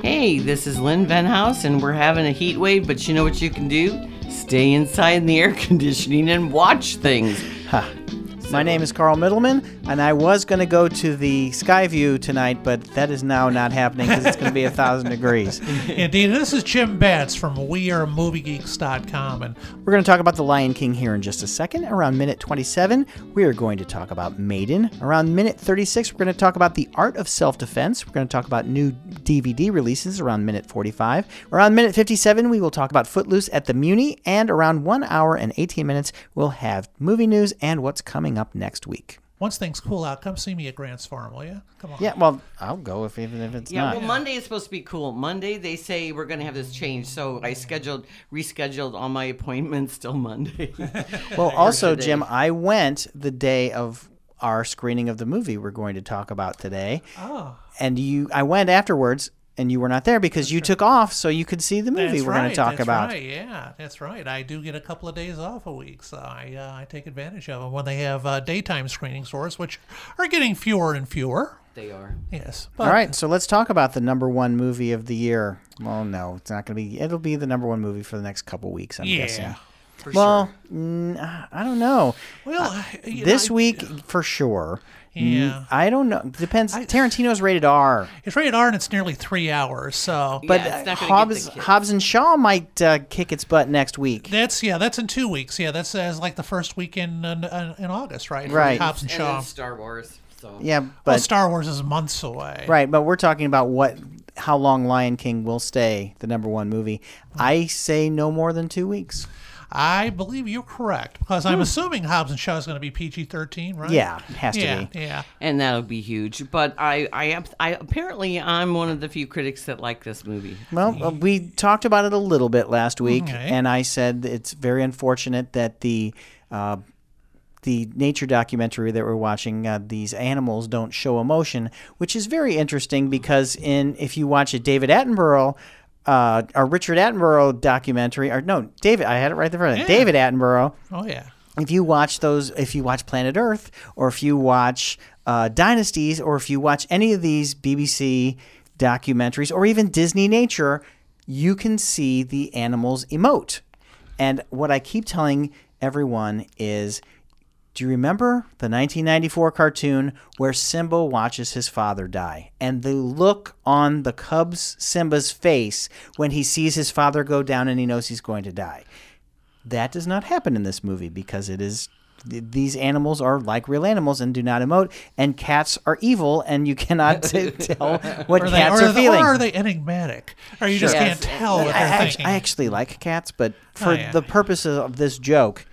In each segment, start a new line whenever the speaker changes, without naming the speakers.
This is Lynn Venhouse, and we're having a heat wave, but you know what you can do? Stay inside in the air conditioning and watch things.
My name is Carl Middleman, and I was going to go to the Skyview tonight, but that is now not happening because it's going to be a thousand degrees.
Indeed, this is Jim Betts from WeAreMovieGeeks.com, and
We're going to talk about The Lion King here in just a second. Around minute 27, we are going to talk about Maiden. Around minute 36, we're going to talk about The Art of Self Defense. We're going to talk about new DVD releases around minute 45. Around minute 57, we will talk about Footloose at the Muni. And around 1 hour and 18 minutes, we'll have movie news and what's coming up next week.
once things cool out, come see me at Grant's Farm, will you? Come on.
Yeah, well, I'll go if even if it's
Yeah,
not.
well, Monday is supposed to be cool. Monday, they say we're going to have this change, so I scheduled, rescheduled all my appointments till Monday.
Well, also, Jim, I went the day of our screening of the movie we're going to talk about today.
Oh,
And you I went afterwards and you were not there because you took off so you could see the movie
that's
we're
right.
going to talk
that's
about.
Right. Yeah, that's right. I do get a couple of days off a week, so I uh, I take advantage of them when they have uh, daytime screenings for us, which are getting fewer and fewer.
they are.
Yes.
All right, so let's talk about the number one movie of the year. Well, no, it's not going to be. It'll be the number one movie for the next couple weeks, I'm
Yeah.
guessing. well, mm, I don't know.
Well, I- you
this
know, I-
week, mm. for sure.
Yeah.
I don't know. Depends. Tarantino's rated R.
It's rated R and it's nearly three hours, so
But
Yeah, it's not gonna get the
Hobbs,
kids.
Hobbs and Shaw might uh, kick its butt next week.
that's yeah, that's in two weeks. Yeah, that's as like the first week in in, in August, right? For
Right.
Hobbs and
And then
Shaw.
Star Wars. So
yeah, but
Well, Star Wars is months away.
right. But we're talking about what, how long Lion King will stay the number one movie. I say no more than two weeks.
I believe you're correct because I'm assuming Hobbs and Shaw is going to be PG-13, right?
Hmm. Yeah, it has to
yeah,
be.
yeah.
and that'll be huge. But I, I, am- I apparently I'm one of the few critics that like this movie.
Well, uh, we talked about it a little bit last week,
Okay.
and I said it's very unfortunate that the. Uh, the nature documentary that we're watching, uh, these animals don't show emotion, which is very interesting because in if you watch a David Attenborough, uh, or Richard Attenborough documentary, or no, David, I had it right there, front. David Attenborough,
Oh yeah.
if you watch those, if you watch Planet Earth, or if you watch uh, Dynasties, or if you watch any of these BBC documentaries, or even Disney Nature, you can see the animals emote. And what I keep telling everyone is do you remember the 1994 cartoon where Simba watches his father die? And the look on the Cubs Simba's face when he sees his father go down and he knows he's going to die that does not happen in this movie because it is th- these animals are like real animals and do not emote and cats are evil and you cannot t- tell what
Or
cats
or
are feeling
Or are they enigmatic? Or you just
Sure.
can't
Yes.
tell what
I,
they're
act-
thinking. Oh,
I actually like cats but for
yeah.
the purposes of this joke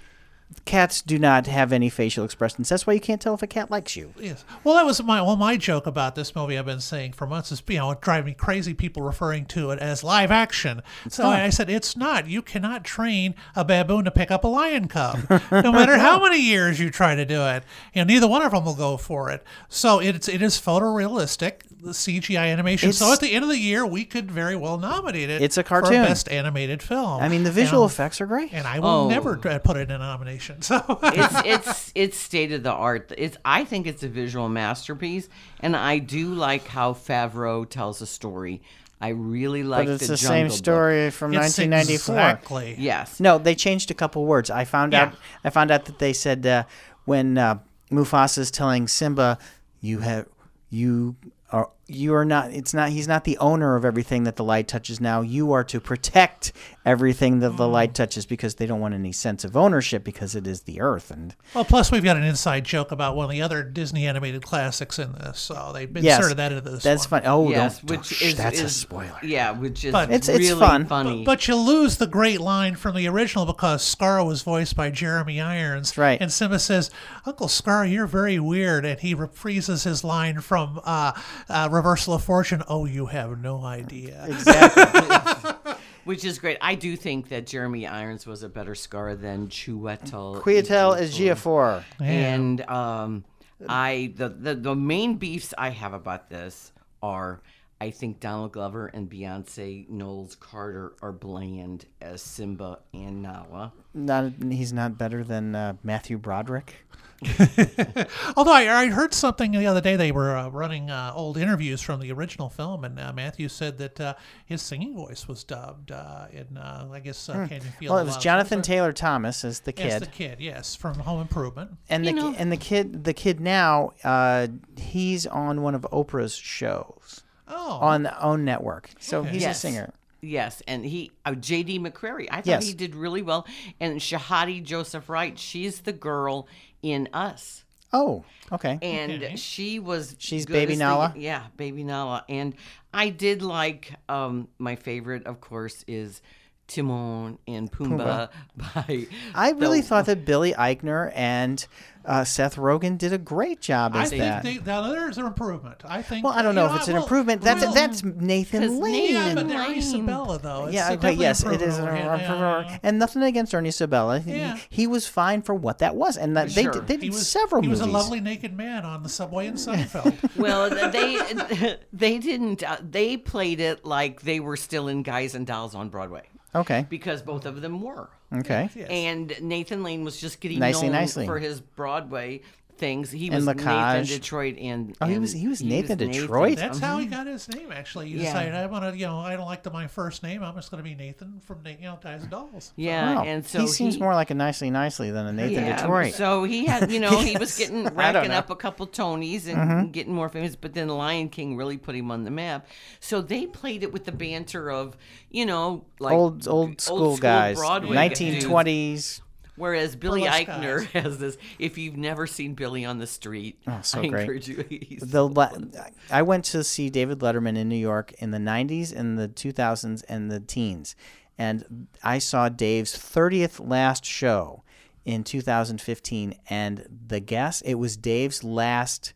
cats do not have any facial expressions that's why you can't tell if a cat likes you
Yes. Well, that was my well my joke about this movie. I've been saying for months is you know it drives me crazy. People referring to it as live action. so I, I said it's not. You cannot train a baboon to pick up a lion cub, no matter how many years you try to do it. You know, neither one of them will go for it. So it's it is photorealistic the CGI animation. so
It's-
at the end of the year, we could very well nominate it.
It's a
for
cartoon.
best animated film.
i mean the visual
And-
effects are great
And I will
Oh.
never uh, put it in a nomination. So
it's it's it's state of the art. It's I think it's a visual masterpiece, and I do like how Favreau tells a story. I really like
but it's
the
the same
Jungle Book.
story from
It's
1994
Exactly.
Yes.
No, they changed a couple words. I found
Yeah.
out. I found out that they said uh, when uh, Mufasa's telling Simba, "You have you are you are not. It's not. He's not the owner of everything that the light touches. Now you are to protect everything that the light touches because they don't want any sense of ownership because it is the earth and
Well, plus we've got an inside joke about one of the other Disney animated classics in this, so they inserted
yes,
that into this.
That's
one.
fun. Oh,
Yes,
don't, don't-
which
shh,
is
that's a
is-
spoiler.
Yeah, which is
But-
It's- it's
really
fun.
funny.
But you lose the great line from the original because Scar was voiced by Jeremy Irons,
right.
And Simba says, "Uncle Scar, you're very weird," and he reprises his line from uh, uh, Reversal of Fortune. Oh, you have no idea.
Exactly.
which is great. I do think that Jeremy Irons was a better Scar than Chiwetel.
Quietel
Ejiofor.
is Giafor.
And um, I the, the the main beefs I have about this are I think Donald Glover and Beyonce Knowles Carter are bland as Simba and Nala.
Not he's not better than uh, Matthew Broderick.
Although I, I heard something the other day, they were uh, running uh, old interviews from the original film, and uh, Matthew said that uh, his singing voice was dubbed uh, in, uh, I guess, uh, Can You Feel
Hmm. Well,
the
it was
Love?
Jonathan Taylor Thomas as the
Yes,
kid,
the kid, yes, from Home Improvement.
and the
You know-
ki- and the kid the kid now uh, he's on one of Oprah's shows
Oh,
on the own network, so he's
Yes.
a singer.
Yes, and he uh, J.D. McCrary. I thought
Yes.
he did really well. And Shahadi Joseph Wright, she's the girl in Us,
Oh, okay.
and she was
She's
good
Baby
as the-
Nala?
yeah, Baby Nala. And I did like um, my favorite, of course, is Timon and Pumbaa. By
I really
the-
thought that Billy Eichner and uh, Seth Rogen did a great job
I
as
think
Oh, that.
they, now there's an improvement. I think.
well, I don't know
you
if it's an
well,
improvement. That's
well,
that's Nathan
'cause
Lane.
Nathan-
Yeah, but they're
Lane.
Isabella though. It's
yeah, okay,
definitely
yes, it is an
improvement over him. Yeah,
improvement.
yeah, yeah.
And nothing against Ernie Sabella. He,
Yeah.
he was fine for what that was. And that, they
Sure.
did, they did
He was
several
He
movies.
was a lovely naked man on the subway in Seinfeld.
Well, th- they they didn't. Uh, they played it like they were still in Guys and Dolls on Broadway
Okay.
because both of them were.
Okay.
Yes.
And Nathan Lane was just getting
Nicely,
known
nicely.
for his Broadway things. He
And
was
Lacage.
Nathan Detroit and,
he
and
was- he was Nathan Detroit?
That's
That's how he got his name. Actually, he
Yeah.
decided I want to, you know, I don't like the, my first name. I'm just going to be Nathan from, Na- you know, Guys and Dolls.
yeah,
Wow.
and so
he seems more like a nicely nicely than a Nathan
yeah,
Detroit.
So he had, you know, he was getting racking
know. Mm-hmm.
up a couple Tonys and getting more famous. But then Lion King really put him on the map. So they played it with the banter of, you know, like
old old
school
school, guys,
Broadway
nineteen twenties.
Whereas Billy
Burlesque
Eichner has this. If you've never seen Billy on the street,
Oh, so
I
great.
encourage you. he's-
The la- I went to see David Letterman in New York in the '90s, in the 2000s, and the teens, and I saw Dave's 30th last show in 2015, and the guest it was Dave's last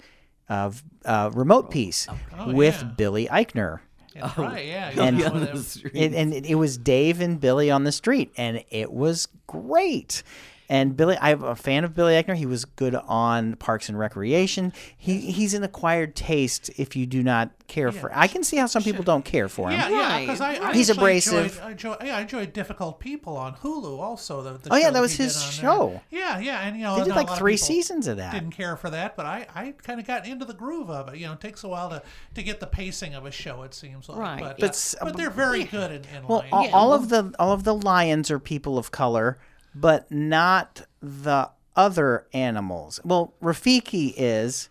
uh, v- uh,
Oh,
remote piece with
yeah.
Billy Eichner.
Yeah, right? Yeah, he
And-
was out
on
with
the
him.
street.
it, and it, it was Dave and Billy on the street, and it was great. And Billy, I'm a fan of Billy Eckner. He was good on Parks and Recreation. He he's an acquired taste. If you do not care for, I can see how some people don't care for him.
Yeah, yeah, because I, I
He's
actually
abrasive.
Enjoyed, I, enjoy, yeah, I enjoyed Difficult People on Hulu also. The, the
Oh, yeah,
show
that was
he
his
did on
show.
There. Yeah, yeah, and you know,
They did
not Oh, a
like
lot of
three
people
seasons of that.
Didn't care for that, but I, I kind of got into the groove of it. You know, it takes a while to, to get the pacing of a show. It seems like,
Right.
But,
But
but,
s-
but they're very good in, in
um, Well,
line.
all,
Yeah,
all of the all of the lions are people of color, but not the other animals. Well, Rafiki is.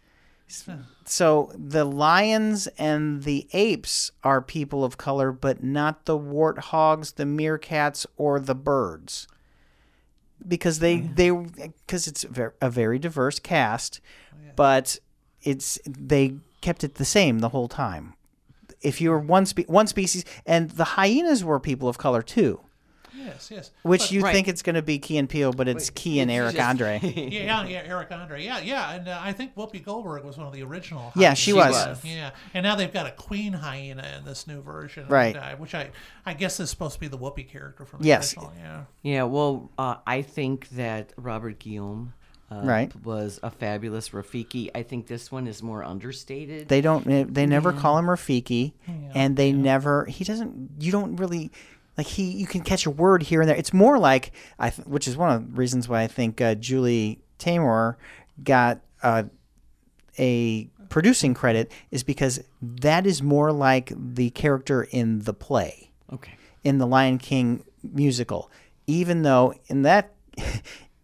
So the lions and the apes are people of color, but not the warthogs, the meerkats, or the birds, because they
Mm.
they because it's a ver- a very diverse cast,
Oh,
but it's they kept it the same the whole time if you were one spe- one species, and the hyenas were people of color too,
yes, yes.
which
But-
you
right.
think it's going to be Key and Peele, but it's Key and Eric
just-
Andre.
Yeah, yeah, yeah, Eric Andre. Yeah, yeah, and uh, I think Whoopi Goldberg was one of the original.
Yeah,
hyenas.
she was.
was.
Yeah, and now they've got a queen hyena in this new version,
Right.
uh, which I, I guess is supposed to be the Whoopi character from the
Yes.
original. Yeah.
Yeah, well, uh, I think that Robert Guillaume uh,
Right.
was a fabulous Rafiki. I think this one is more understated.
They don't. eh, They never call him Rafiki, and they never. He doesn't. You don't really. Like he, you can catch a word here and there. It's more like I, th- which is one of the reasons why I think uh, Julie Taymor got uh, a producing credit is because that is more like the character in the play.
okay.
in the Lion King musical, even though in that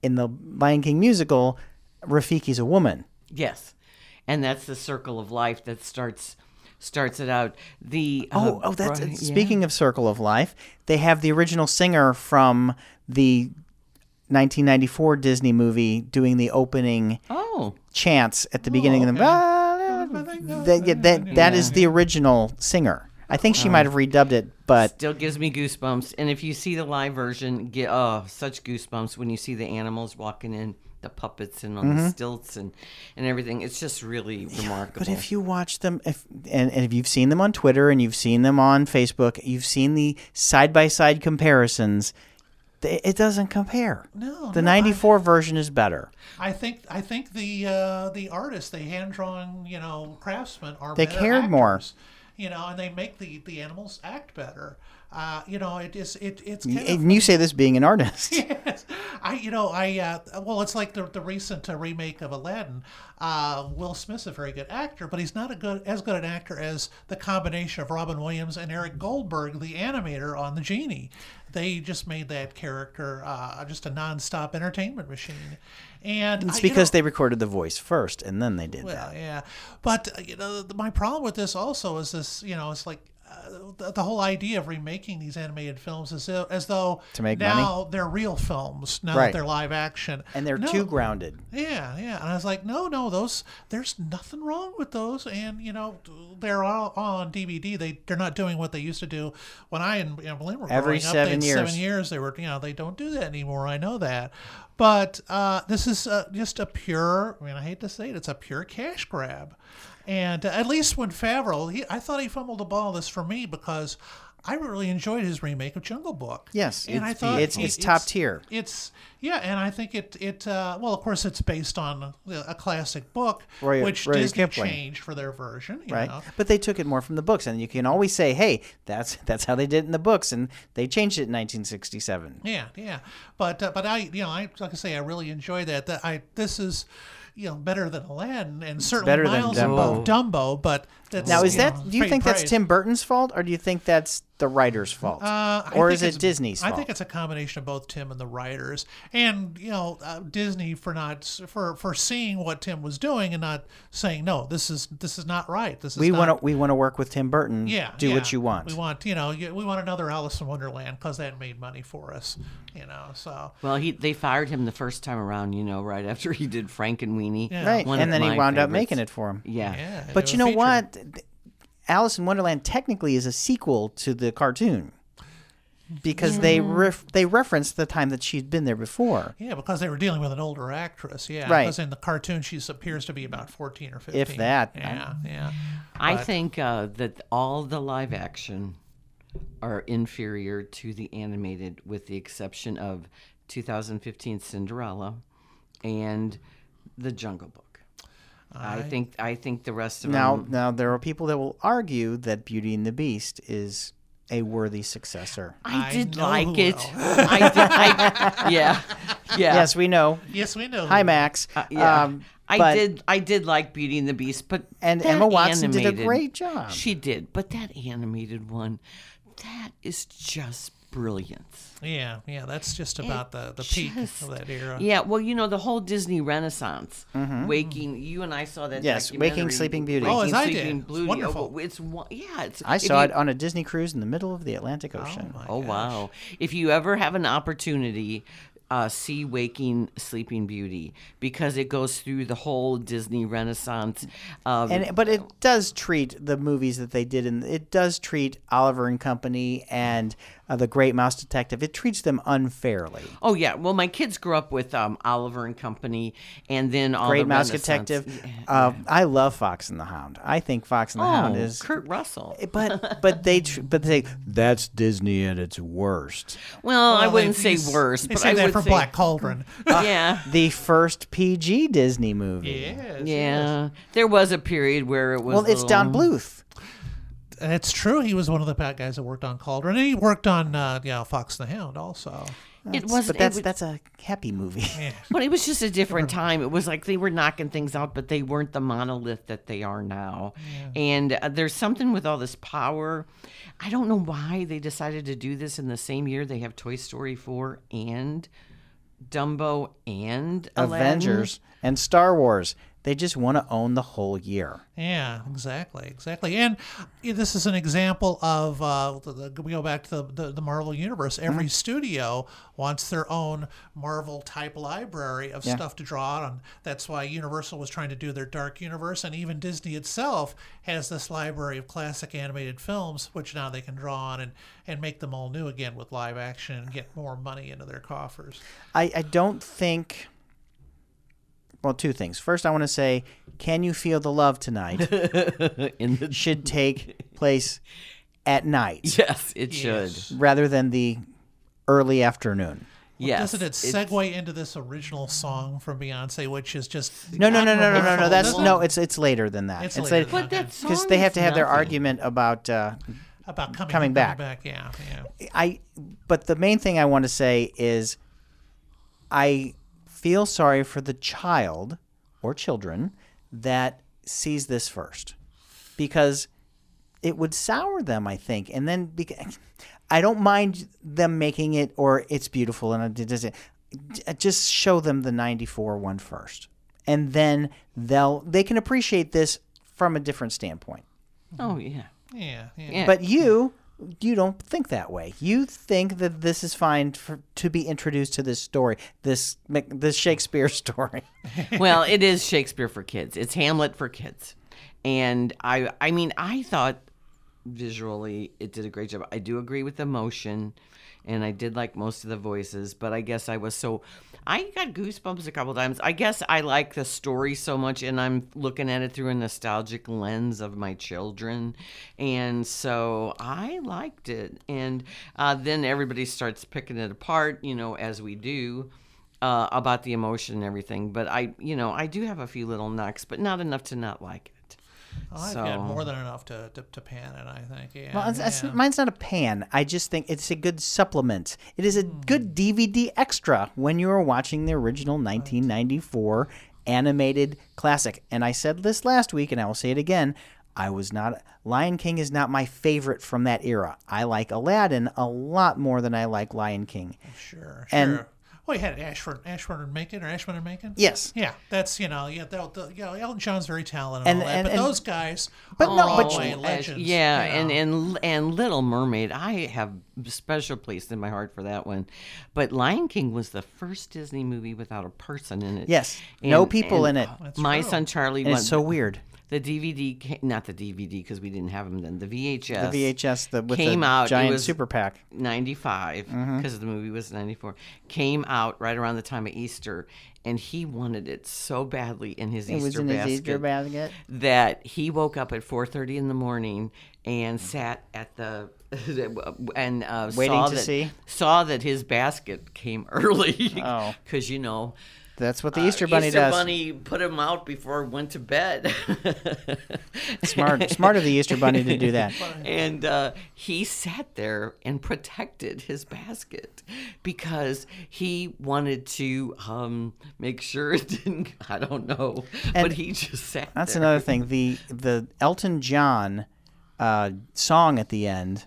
in the Lion King musical, Rafiki's a woman.
Yes, and that's the circle of life that starts starts it out. The uh,
Oh, oh, that's
Bri- yeah.
speaking of Circle of Life. They have the original singer from the 1994 Disney movie doing the opening
Oh,
chants at the beginning of the. That, Oh, yeah, Oh. that, that is the original singer. I think she might have redubbed it, but
still gives me goosebumps. And if you see the live version, get oh such goosebumps when you see the animals walking in the puppets and on the stilts and and everything. It's just really remarkable.
Mm-hmm. But if you watch them, if and, and if you've seen them on Twitter and you've seen them on Facebook, you've seen the side by side comparisons. th- It doesn't compare.
No,
the
no,
'94 version is better.
I think I think the uh, the artists, the hand drawn, you know, craftsmen are
They
better
cared more.
actors. you know, and they make the, the animals act better. Uh, you know, it is it it's kind of
And you say this being an artist.
yes. I, you know, I, uh, well, it's like the, the recent uh, remake of Aladdin. Uh, Will Smith's a very good actor, but he's not a good, as good an actor as the combination of Robin Williams and Eric Goldberg, the animator on The Genie. They just made that character uh, just a nonstop entertainment machine. And
It's because they recorded the voice first and then they did that.
well, yeah. But uh, you know, th- my problem with this also is this. You know, it's like uh, the, the whole idea of remaking these animated films is uh, as, as though
To make money?
now they're real films. Now
Right.
that they're live action,
And they're
No.
too grounded.
Yeah, yeah. And I was like, no, no, those. There's nothing wrong with those. And you know, they're all, all on DVD. They they're not doing what they used to do when I and you know, Lynn were
Every
growing up. They
seven
had
years.
Seven years. They were, you know, they don't do that anymore. I know that. But uh, this is uh, just a pure. I mean, I hate to say it. It's a pure cash grab. And uh, at least when Favreau, he, I thought he fumbled the ball this for me because. I really enjoyed his remake of Jungle Book.
Yes,
and I
it's-
thought
it's-
he-
it's top tier.
it's yeah, and I think it it uh, well, of course, it's based on a classic book,
Roy-
which
Rudyard
Disney
Kipling.
changed for their version. You
Right,
know?
but they took it more from the books, and you can always say, "Hey, that's that's how they did it in the books," and they changed it in 1967.
Yeah, yeah, but uh, but I you know I like I say I really enjoy that. That I this is you know better than Aladdin and certainly
better than
miles above Dumbo. But that's,
Now, is
you
that
know,
do you
faint
think that's
praise.
Tim Burton's fault, or do you think that's the writer's fault,
Uh, I
or
think
is it
it's-
Disney's
I
fault?
think it's a combination of both Tim and the writers, and you know uh, Disney for not for for seeing what Tim was doing and not saying no, this is this is not right. This is
we
not
want to we want to work with Tim Burton.
yeah,
do what
yeah.
you want.
We want, you know, you- we want another Alice in Wonderland because that made money for us, you know. So
Well, he they fired him the first time around, you know, right after he did Frank and Weenie.
Yeah.
right,
One
and
of
then he
my
wound up
favorites.
making it for him.
Yeah.
yeah, and
But
it
you
was
know
featured.
what? Alice in Wonderland technically is a sequel to the cartoon because they ref- they referenced the time that she'd been there before.
Yeah, because they were dealing with an older actress. Yeah,
Right.
Because in the cartoon, she appears to be about fourteen or fifteen.
If that, I-
Yeah, yeah.
I think uh, that all the live action are inferior to the animated, with the exception of 2015 Cinderella and The Jungle Book. I, think I think the rest of
Now,
them.
now there are people that will argue that Beauty and the Beast is a worthy successor.
I
I
did
know
like
who
it. I did. I, yeah, yeah.
Yes, we know.
Yes, we know.
Hi,
who-
Max.
uh, Yeah.
Um,
I
but-
did. I did like Beauty and the Beast, but
And
that
Emma Watson did a
animated-
great job.
She did, but that animated one, that is just brilliant.
Yeah, yeah. That's just about the the peak
just-
of that era. Mm-hmm.
Yeah, well, you know the whole Disney Renaissance, waking. You and I saw that.
Yes, Waking
documentary,
Sleeping Beauty.
Waking
Oh, as I did.
Sleeping
It's
Beauty. Oh,
wonderful.
but It's one. Yeah, it's.
I
if
saw
you-
it on a Disney cruise in the middle of the Atlantic Ocean.
my
Oh
gosh.
wow! If you ever have an opportunity, uh, see Waking Sleeping Beauty because it goes through the whole Disney Renaissance. Of,
and but it does treat the movies that they did, and it does treat Oliver and Company and uh, the Great Mouse Detective. It treats them unfairly.
oh yeah, well my kids grew up with um, Oliver and Company, and then all
Great
the
Mouse
Renaissance-
Detective. Uh, I love Fox and the Hound. I think Fox and the Hound
Oh,
is. eh,
Kurt Russell.
But but they tr- but they that's Disney at its worst.
well, I
Well,
wouldn't
they-
say
they-
worse,
They
but
say
I
that
would
for
say,
Black Cauldron.
Yeah.
The first PG Disney movie.
yes.
Yeah, there was a period where it was.
Well, it's
a
Don
little-
Bluth.
It's true. He was one of the bad guys that worked on Cauldron, and he worked on, uh, you know, Fox and the Hound also.
It was,
but that's
it was,
that's a happy movie.
but it was just a different time. It was like they were knocking things out, but they weren't the monolith that they are now. And uh, there's something with all this power. I don't know why they decided to do this in the same year they have Toy Story 4 and Dumbo and Aladdin.
Avengers and Star Wars. They just want to own the whole year.
Yeah, exactly, exactly. And yeah, this is an example of uh, the, the, we go back to the, the, the Marvel universe. Every studio wants their own Marvel type library of stuff to draw out on. That's why Universal was trying to do their Dark Universe, and even Disney itself has this library of classic animated films, which now they can draw on and, and make them all new again with live action and get more money into their coffers.
I, I don't think. Well, two things. First, I want to say, "Can You Feel the Love Tonight?"
In the,
should take place at night
yes, it should.
rather than the early afternoon.
Yes,
Doesn't it
it's-
segue into this original song from Beyonce, which is just
No, no, no, no, no, no, no.
Admirable.
That's
Isn't
no. It's it's later than that.
It's later than
But
Okay.
that's
because they have to have their argument about. Uh,
about coming,
Coming back.
Yeah, yeah.
I. But the main thing I want to say is, I feel sorry for the child or children that sees this first, because it would sour them, I think. And then because I don't mind them making it or it's beautiful and it doesn't. uh, Just show them the '94 one first, and then they'll they can appreciate this from a different standpoint.
Oh yeah.
Yeah, yeah.
Yeah.
But you you don't think that way. You think that this is fine for, to be introduced to this story, this Mac- this Shakespeare story.
well, it is Shakespeare for kids. It's Hamlet for kids. And I I mean, I thought visually it did a great job. I do agree with the motion and I did like most of the voices, but I guess I was so I got goosebumps a couple times. I guess I like the story so much and I'm looking at it through a nostalgic lens of my children. And so I liked it. And uh, then everybody starts picking it apart, you know, as we do uh, about the emotion and everything. But I, you know, I do have a few little knocks, but not enough to not like it.
I've
So-
got more than enough to, to, to pan it, I think. Yeah,
Well, it's- it's-
yeah.
mine's not a pan. I just think it's a good supplement. It is a good DVD extra when you are watching the original 1994 animated classic. And I said this last week, and I will say it again. I was not Lion King is not my favorite from that era. I like Aladdin a lot more than I like Lion King.
Sure,
And-
sure. Well, you had Ashford, Ashford and Macon, or Ashford and Macon.
Yes.
Yeah, that's you know, yeah, they'll, they'll, you know, Elton John's very talented
And-
and, all that,
and-
but
and-
those guys,
But
are
no, but
Broadway
you-
Ash-
legends.
yeah,
you
and
know.
and and Little Mermaid, I have special place in my heart for that one. But Lion King was the first Disney movie without a person in it.
Yes. No people in it.
uh, My son Charlie
And
went.
it's so weird.
the DVD, ca- not the DVD, because we didn't have them then. The VHS.
The VHS the, with
came
the
out. it
giant
was
super pack.
95 because
Mm-hmm.
the movie was 94 came out right around the time of easter and he wanted it so badly in his, easter, basket
basket.
that he woke up at 4.30 in the morning
Mm.
and sat at the and uh,
Waiting
saw
to
that,
see?
saw that his basket came early
Oh.
because you know
That's what the Easter
uh,
Bunny
Easter
does.
Bunny put him out before he went to bed.
Smart, smart of the Easter Bunny to do that.
and uh, he sat there and protected his basket because he wanted to um, make sure it didn't. I don't know, but he just sat.
That's
there.
another thing. The the Elton John uh, song at the end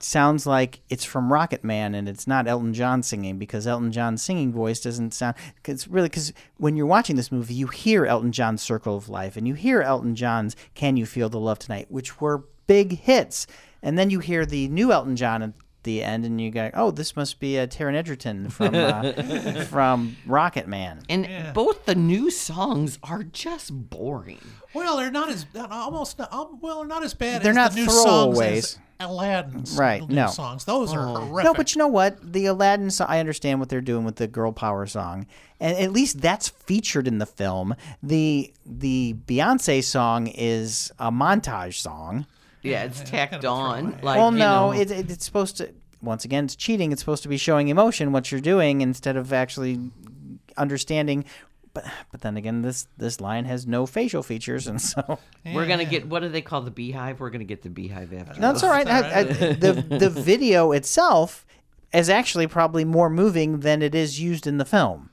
sounds like it's from Rocket Man, and it's not Elton John singing because Elton John's singing voice doesn't sound. Cause really, because when you're watching this movie, you hear Elton John's "Circle of Life" and you hear Elton John's "Can You Feel the Love Tonight," which were big hits, and then you hear the new Elton John at the end, and you go, "Oh, this must be uh, Taron Egerton from uh, from Rocket Man."
And both the new songs are just boring.
Well, they're not as not- almost not, um, well, they're not as bad.
They're
as
not
the new
throwaways.
Songs as Aladdin's
Right,
new
no.
songs. Those are horrific.
No, but you know what? The Aladdin song, I understand what they're doing with the girl power song. And at least that's featured in the film. The the Beyonce song is a montage song.
Yeah, it's
kind
tacked
of a
on.
throwaway.
Like,
well,
you
no,
know,
it, it, it's supposed to once again, it's cheating. It's supposed to be showing emotion what you're doing instead of actually understanding but but then again, this this lion has no facial features and so
we're gonna get what do they call the beehive? We're gonna get the beehive after.
That's all right. I- I- the the video itself is actually probably more moving than it is used in the film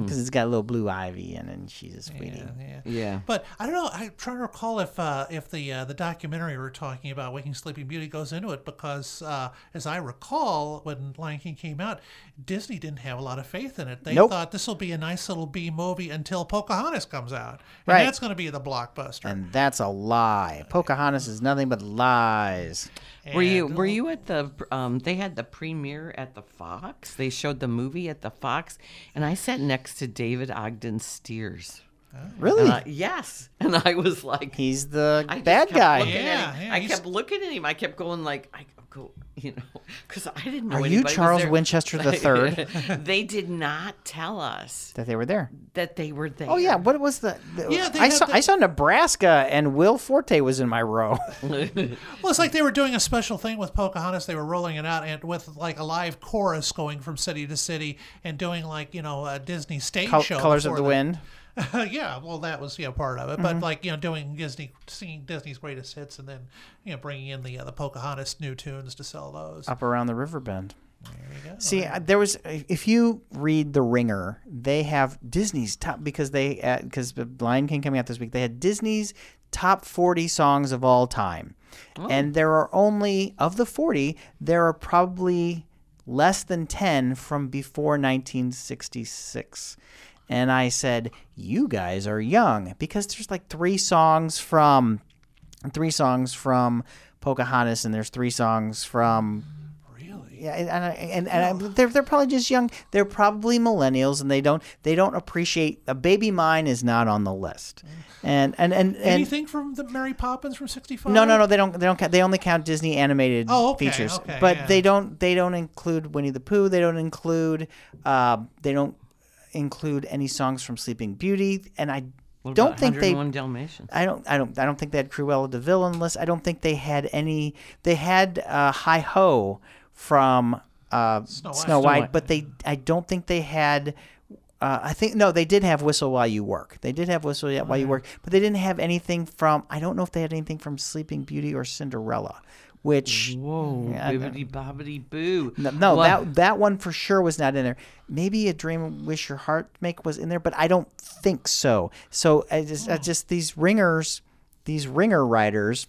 because it's got a little blue ivy in it and she's a sweetie.
yeah.
Yeah.
But I don't know. I'm trying to recall if uh, if the uh, the documentary we are talking about, Waking Sleeping Beauty, goes into it because, uh, as I recall, when Lion King came out, Disney didn't have a lot of faith in it. They
Nope.
thought this will be a nice little B movie until Pocahontas comes out, and
Right.
that's going to be the blockbuster.
And that's a lie. Pocahontas is nothing but lies.
Were you
And-
were you at the um they had the premiere at the Fox? They showed the movie at the Fox and I sat next to David Ogden Steers.
Really?
Uh, yes. And I was like,
He's the
I just
bad
kept
guy.
looking at
Yeah,
him.
yeah,
I
he's-
kept looking at him. I kept going like, I go, you know, because I didn't know.
Are you
anybody was
Charles
there.
Winchester the third?
they did not tell us
that they were there.
that they were there.
Oh yeah, what was the? the-
Yeah, they
I
had
saw
the-
I saw Nebraska and Will Forte was in my row.
uh, Well, it's like they were doing a special thing with Pocahontas. They were rolling it out and with like a live chorus going from city to city and doing like you know a Disney stage
Col-
show.
Colors of
before
the Wind.
yeah, well, that was yeah part of it, but
Mm-hmm.
like you know doing Disney singing Disney's greatest hits and then you know bringing in the uh, the Pocahontas new tunes to sell those.
up around the river bend. See, uh, there was if you read The Ringer, they have Disney's top because they because the Lion King coming out this week. They had Disney's top forty songs of all time, and there are only of the forty, there are probably less than ten from before 1966. And I said, "You guys are young because there's like three songs from three songs from Pocahontas, and there's three songs from
Really?
yeah, and and, I- and, and I, they're they're probably just young. They're probably millennials, and they don't they don't appreciate a baby mine is not on the list, and and and and.
Anything from the Mary Poppins from '65?
No, no, no. They don't. They don't. Count, they only count Disney animated
Oh, okay,
features,
okay,
but
yeah.
they don't. They don't include Winnie the Pooh. They don't include. Uh, they don't include any songs from Sleeping Beauty, and I
What
don't
about
think they
101 Dalmatians.
I don't, I don't, I don't think they had Cruella De Vil on the list. I don't think they had any. They had uh, Hi Ho from uh, Snow,
White.
White,
Snow
White.
but they, I don't think they had. Uh, I think no, they did have Whistle While You Work. They did have Whistle While You Work, but they didn't have anything from. I don't know if they had anything from Sleeping Beauty or Cinderella, which.
Whoa,
I know.
bibbity bobbity boo.
No, no, that that one for sure was not in there. Maybe a dream wish your heart make was in there, but I don't think so. So I just, I just these ringers, these ringer writers,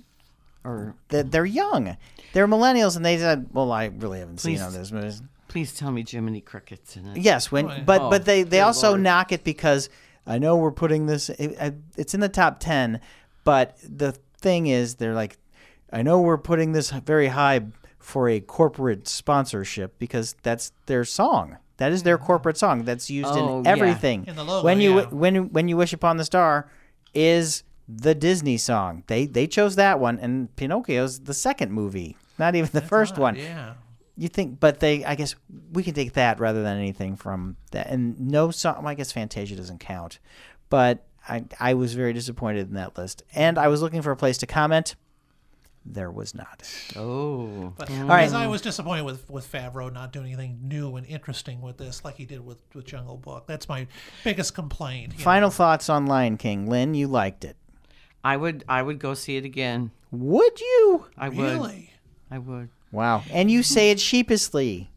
or they're, they're young, they're millennials, and they said, "Well, I really haven't
Please.
seen all those movies."
Please tell me Jiminy Cricket's in it.
Yes, when
yeah.
but
Oh,
but they they
good
also
lord.
knock it because I know we're putting this. It, I- it's in the top ten, but the thing is, they're like, I know we're putting this very high for a corporate sponsorship because that's their song. That is their corporate song. That's used
Oh,
in
yeah.
everything.
In the logo,
when you
yeah.
when when you wish upon the star is the Disney song. They they chose that one, and Pinocchio's the second movie, not even the first one
Ah, Yeah.
you think but they i guess we can take that rather than anything from that and no song well, i guess fantasia doesn't count but I, I was very disappointed in that list and i was looking for a place to comment there was not
Oh.
But
right.
as I was disappointed with with Favreau not doing anything new and interesting with this, like he did with with Jungle Book. That's my biggest complaint. you
final thoughts on lion king lynn you liked it
I would I would go see it again.
would you
I
know.
would.
Really?
I would.
wow and you say it sheepishly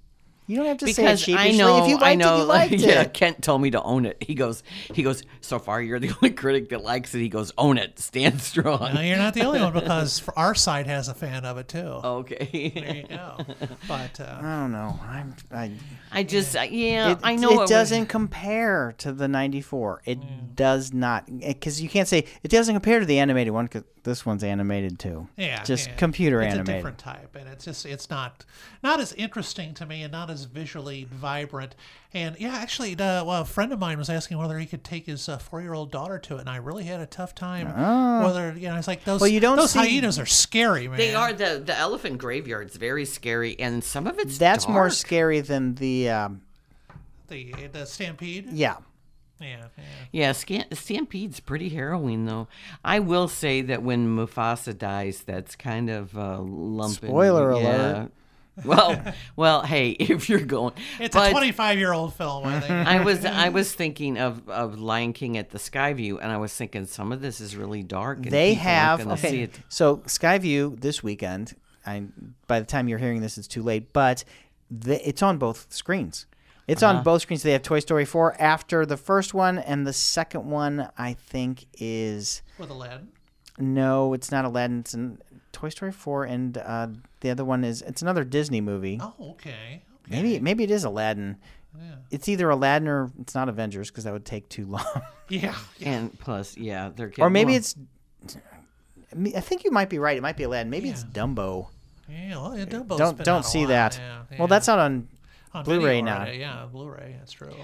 you don't have to say it
Because I
sheepishly
know,
if you liked
I know.
it you liked
yeah,
it
Kent told me to own it. He goes, he goes. So far, you're the only critic that likes it. He goes, own it, stand strong.
No, you're not the only one because for our side has a fan of it too.
Oh.
There
Okay.
you go. But uh,
i don't know i'm i
I just, uh, yeah,
It,
I know
it,
was-
doesn't compare to the 94. It does not because you can't say it doesn't compare to the animated one because this one's animated too.
yeah,
just
yeah.
computer
it's
animated.
a different type, and it's just it's not not as interesting to me, and not as visually vibrant. And yeah, actually, uh, well, a friend of mine was asking whether he could take his uh, four year old daughter to it, and I really had a tough time. Whether you know, it's like those
Ah. Well, you don't
those
see-
hyenas are scary, man.
They are the the elephant graveyard's very scary, and some of it's
That's more
dark.
scary than the um,
the the stampede.
yeah.
Yeah, yeah.
Yeah, Scan- Stampede's pretty harrowing, though. I will say that when Mufasa dies, that's kind of uh, lumping.
Spoiler
yeah. well, well, hey, if you're going,
It's a
But-
25 year old film, I think.
I was I was thinking of, of Lion King at the Skyview, and I was thinking some of this is really dark. And
They
people aren't
have
gonna see
okay.
it.
So Skyview this weekend. I by the time you're hearing this, it's too late. But the, it's on both screens. It's
Uh-huh.
on both screens. They have Toy Story 4 after the first one, and the second one I think is
With Aladdin.
No, it's not Aladdin. It's in Toy Story four, and uh, the other one is it's another Disney movie.
Oh, okay. okay.
Maybe maybe it is Aladdin. It's either Aladdin or it's not Avengers because that would take too long.
Yeah.
And plus, yeah, they're
or maybe it's. I think you might be right. It might be Aladdin. Maybe it's Dumbo.
Yeah. Well, yeah Dumbo's
Don't
Oh, been out
don't
a
see
while,
that.
Yeah, yeah.
Well, that's not on.
On
Blu-ray
video
now.
already, Yeah, Blu ray. That's true.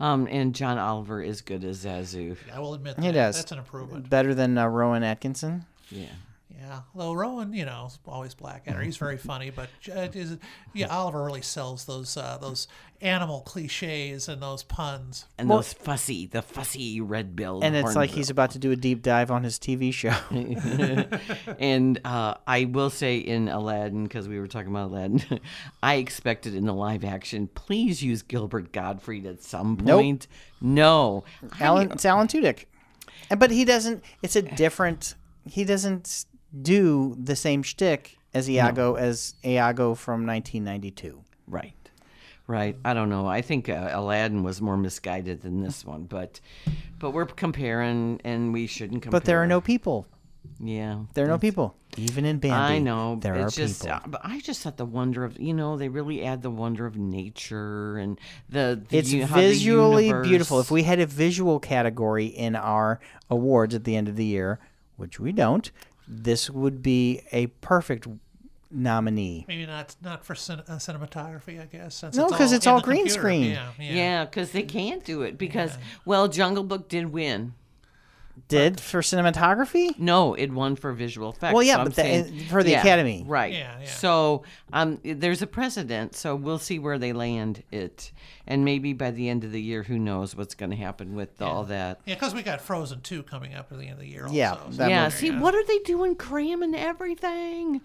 Um, and John Oliver is good as Zazu.
I will admit that.
He does.
That's an improvement.
Better than uh, Rowan Atkinson.
Yeah.
Yeah, though Rowan, you know, is always black and he's very funny, but uh, is yeah, Oliver really sells those uh, those animal cliches and those puns.
And those fussy, the fussy red bill.
And it's like he's about to do a deep dive on his TV show.
And uh, I will say in Aladdin, because we were talking about Aladdin, I expected in the live action, please use Gilbert Gottfried at some
Nope.
point. No. I-
Alan, it's Alan Tudyk, and but he doesn't. It's a different. He doesn't do the same shtick as Iago as Iago from 1992.
right. Right. I don't know. I think uh, Aladdin was more misguided than this one, but but we're comparing and we shouldn't compare.
But there are no people.
Yeah.
There are no people, even in Bambi.
I know.
there
it's
are
just,
people.
uh, but I just thought the wonder of you know they really add the wonder of nature and the, the
It's
u- how the
visually beautiful.
universe-
If we had a visual category in our awards at the end of the year, which we don't, this would be a perfect nominee.
Maybe not not for cin- uh, cinematography, I guess. Since
No, 'cause it's
in
all
the
green
computer.
screen.
Yeah, yeah.
yeah, because they can't do it because well, Jungle Book did win.
Did for cinematography?
No, it won for visual effects.
Well, yeah,
so I'm
but the- uh,
saying-
for the
yeah,
Academy.
right?
Yeah, yeah.
So um, there's a precedent. So we'll see where they land it, and maybe by the end of the year, who knows what's going to happen with all that.
Yeah, because we got Frozen two coming up at the end of the year.
Yeah,
also, so-
that
yeah.
movie.
See, what are they doing? Cramming everything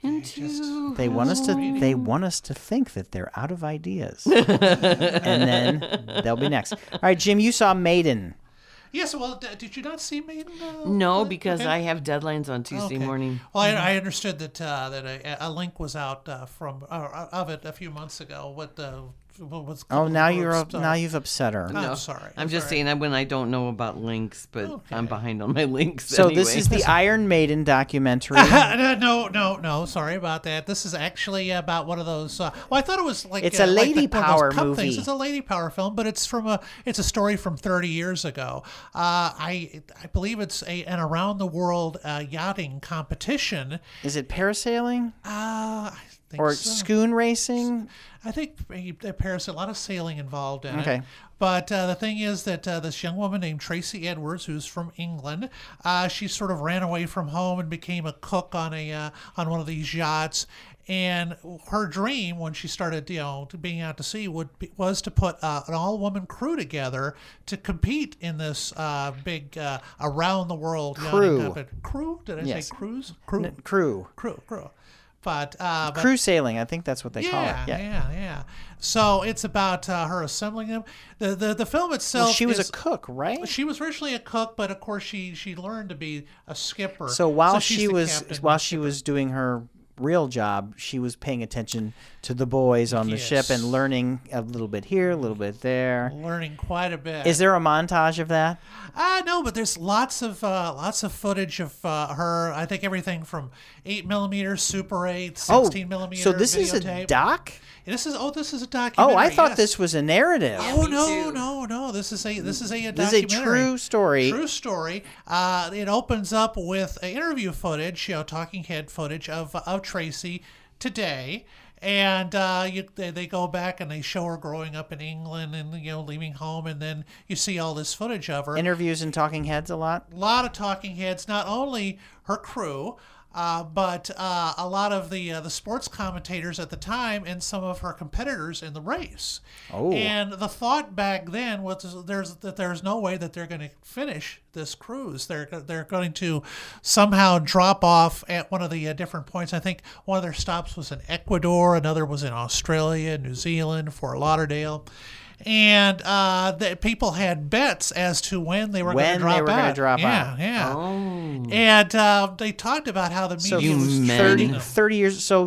into.
They want us to. They want us to think that they're out of ideas, and then they'll be next. All right, Jim, you saw Maiden.
Yes. Well, d- did you not see Maiden? uh,
No,
Lynn?
because
Okay.
I have deadlines on Tuesday
Okay.
morning.
Well, I, I understood that uh, that a, a link was out uh, from uh, of it a few months ago. What the what was?
Oh, now you're
groups, uh,
up, now you've upset her.
I'm sorry.
I'm just
sorry.
saying that when I don't know about links, but I'm
Okay.
behind on my links.
So
anyway.
this is the Iron Maiden documentary.
Uh, no, no, no. Sorry about that. This is actually about one of those. Uh, well, I thought it was like
It's
uh,
a
like
lady
the- one of those
power
cup
movie.
Things. It's a lady power film, but it's from a. It's a story from 30 years ago. Uh, I I believe it's a an around the world uh, yachting competition.
Is it parasailing
Uh, I think
or
so.
schoon racing?
I think he- there- Paris a lot of sailing involved in
Okay.
it. But uh, the thing is that uh, this young woman named Tracy Edwards, who's from England, uh, she sort of ran away from home and became a cook on a uh, on one of these yachts. And her dream, when she started, you know, to being out to sea, would be, was to put uh, an all-woman crew together to compete in this uh, big uh, around-the-world yachting
Crew.
compet- Crew? Did I
Yes.
say cruise? Crew,
Crew,
crew, crew. But uh, but
crew sailing. I think that's what they call
yeah,
it.
yeah,
Yeah.
yeah, So it's about uh, her assembling them. The the, the film itself.
Well, she was
is-
a cook, right?
She was originally a cook, but of course she she learned to be a skipper.
So while
she's
she
the
was
captain.
while she was doing her real job, she was paying attention to the boys on the ship
Yes.
and learning a little bit here, a little bit there.
learning quite a bit.
Is there a montage of that?
Uh, no, but there's lots of uh, lots of footage of uh, her. I think everything from eight millimeter, Super 8, 16 millimeter.
Oh, so this is a
videotape.
doc.
This is oh, this is a
Oh,
documentary.
I thought
yes.
this was a narrative.
Oh
Me
no,
too.
no, no! This is a this is a,
this is a
documentary.
true story.
True story. Uh, it opens up with a interview footage, you know, talking head footage of of Tracy today. And uh, you, they, they go back and they show her growing up in England and you know leaving home, and then you see all this footage of her.
Interviews and talking heads a lot.
a lot of talking heads, not only her crew, uh, but uh, a lot of the uh, the sports commentators at the time and some of her competitors in the race.
Oh.
And the thought back then was there's that there's no way that they're going to finish this cruise. They're they're going to somehow drop off at one of the uh, different points. I think one of their stops was in Ecuador, another was in Australia, New Zealand, Fort Lauderdale. And uh, that people had bets as to when they were going
When they
to drop
were gonna
out.
drop
yeah,
out.
Yeah, And uh, they talked about how the media
So
was
men.
30,
treating them.
30 years. So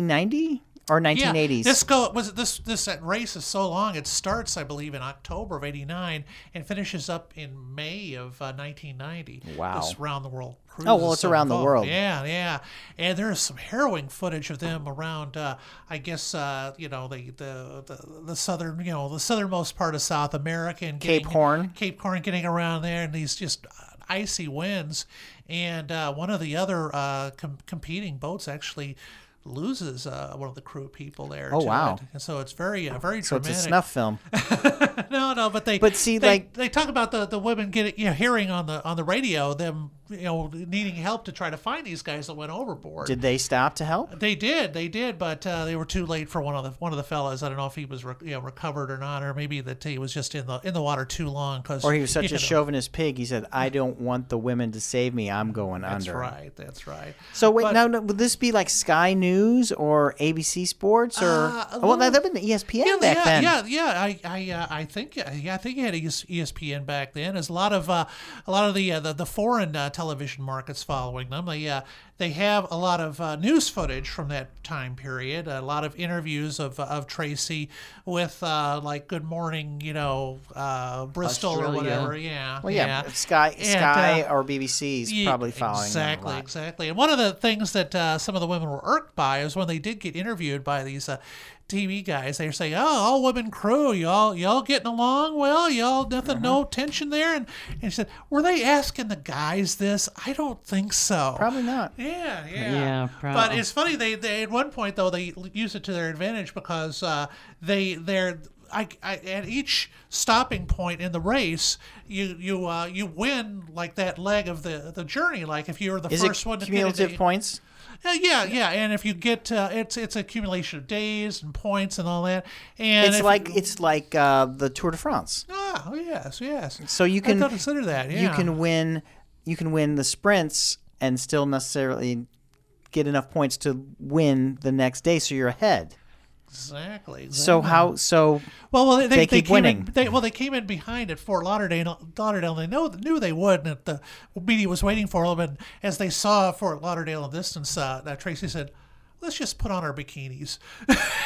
1990 or
Yeah,
1980s.
this go was it this this that race is so long. It starts, I believe, in October of '89 and finishes up in May of uh, 1990.
Wow.
This round the world. Cruise
Oh, well,
is
it's
so
around the
involved.
world.
Yeah, yeah. And there's some harrowing footage of them around. Uh, I guess uh, you know the, the the the southern you know the southernmost part of South America and
Cape
getting-
Horn.
Cape Horn getting around there and these just icy winds. And uh, one of the other uh, com- competing uh, boats actually loses uh, one of the crew people there.
Oh,
to
wow.
it. And so it's very uh, very
So it's
dramatic.
a snuff film.
No, no, but they
But see,
they,
like-
they talk about the the women getting you know hearing on the on the radio them you know needing help to try to find these guys that went overboard.
Did they stop to help?
They did, they did, but uh, they were too late for one of the one of the fellas. I don't know if he was re- you know, recovered or not, or maybe that he was just in the in the water too long because
Or he was such a chauvinist pig. He said, "I don't want the women to save me. I'm going
That's
under."
right, that's right.
So wait,
But-
now no, would this be like Sky News or ABC Sports or
Uh, a
well,
little-
that E would be ESPN
Yeah,
back
yeah,
then.
yeah, yeah. I, I, uh, I think, yeah, I think you had E ES- ESPN back then. There's a lot of, uh, a lot of the uh, the, the foreign uh, television markets following them. They, uh, they have a lot of uh, news footage from that time period. A lot of interviews of uh, of Tracy with uh, like Good Morning, you know, uh, Bristol
Australia.
or whatever. Yeah.
Well, yeah, Sky,
And,
Sky
uh,
or BBC's
yeah,
probably following them a
exactly
lot.
exactly and one of the things that uh, some of the women were irked by is when they did get interviewed by these uh, tv guys they were saying oh all women crew y'all y'all getting along well y'all nothing
Mm-hmm.
no tension there and, and she said were they asking the guys this i don't think so
Probably not.
yeah, yeah,
Yeah, prob-
But it's funny they, they at one point though they l- use it to their advantage because uh, they they're I, I, at each stopping point in the race you you uh, you win like that leg of the the journey. Like if you're the
Is it
first one to get it, eh,
cumulative
they-
points?
Uh, yeah, yeah, and if you get uh, it's it's accumulation of days and points and all that. And
it's
if
like
you,
it's like uh, the Tour de France.
oh yes yes.
So you
I
can
don't consider that. Yeah.
you can win you can win the sprints and still necessarily get enough points to win the next day, so you're ahead.
exactly.
So
exactly.
how so
Well, well, they, they,
They keep
came
winning.
In, they, well, they came in behind at Fort Lauderdale. Lauderdale, and they know knew they would, and that the media was waiting for them. And as they saw Fort Lauderdale in the distance, uh, uh, Tracy said, "Let's just put on our bikinis."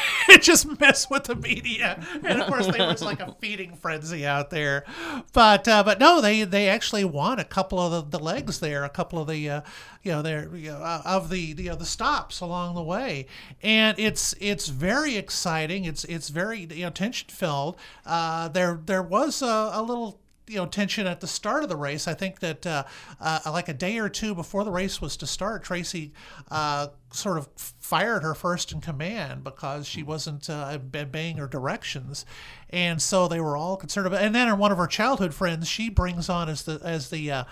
and just mess with the media, and of course, there was like a feeding frenzy out there. But uh, but no, they they actually won a couple of the, the legs there, a couple of the uh, you know there you know, uh, of the you know, the stops along the way, and it's it's very exciting. It's it's very you know, tension filled. Uh, there there was a, a little you know tension at the start of the race. I think that uh, uh, like a day or two before the race was to start, Tracy uh, sort of fired her first in command because she wasn't uh, obeying her directions, and so they were all concerned about. And then one of her childhood friends, she brings on as the as the uh,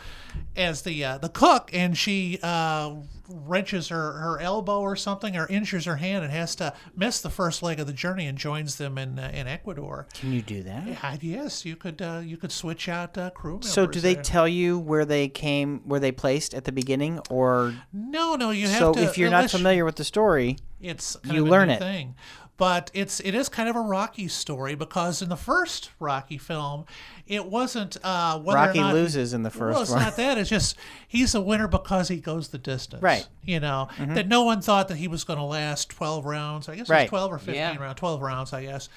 as the uh, the cook, and she uh, wrenches her her elbow or something, or injures her hand, and has to miss the first leg of the journey, and joins them in uh, in Ecuador.
can you do that?
Yeah, yes, you could uh, you could switch out uh, crew members.
So do they
there.
tell you where they came, where they placed at the beginning, or
no, no. You have
so
to.
if you're not
unless-
familiar with the story?
it's kind
you
of a
learn
new
it.
thing. But it's it is kind of a Rocky story because in the first Rocky film, it wasn't uh, whether
Rocky
or not,
loses in the first
Well, it's
one.
not that. It's just he's a winner because he goes the distance.
Right. Mm-hmm.
You know that no one thought that he was going to last twelve rounds. I guess it
Right.
was twelve or fifteen
Yeah.
rounds. Twelve rounds, I guess.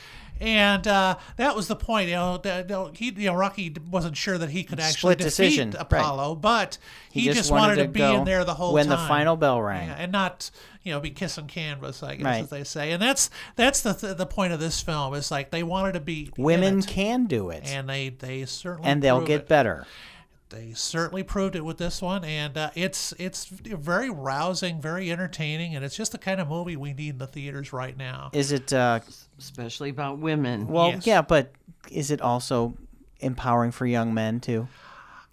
And uh, that was the point. You know, that, you know, he, you know, Rocky wasn't sure that he could actually
Split decision.
defeat
Right.
Apollo, but he, just, wanted, to, be
go
in there the whole
when
time
the final bell rang.
yeah, and not you know be kissing canvas, I guess
Right.
as they say. And that's that's the the point of this film is like they wanted to be in
Women
it,
can do it, and,
and they they certainly
they'll
prove
get
it.
better.
They certainly proved it with this one, and uh, it's it's very rousing, very entertaining, and it's just the kind of movie we need in the theaters right now.
Is it? Uh,
especially about women.
well,
Yes.
yeah, but is it also empowering for young men too?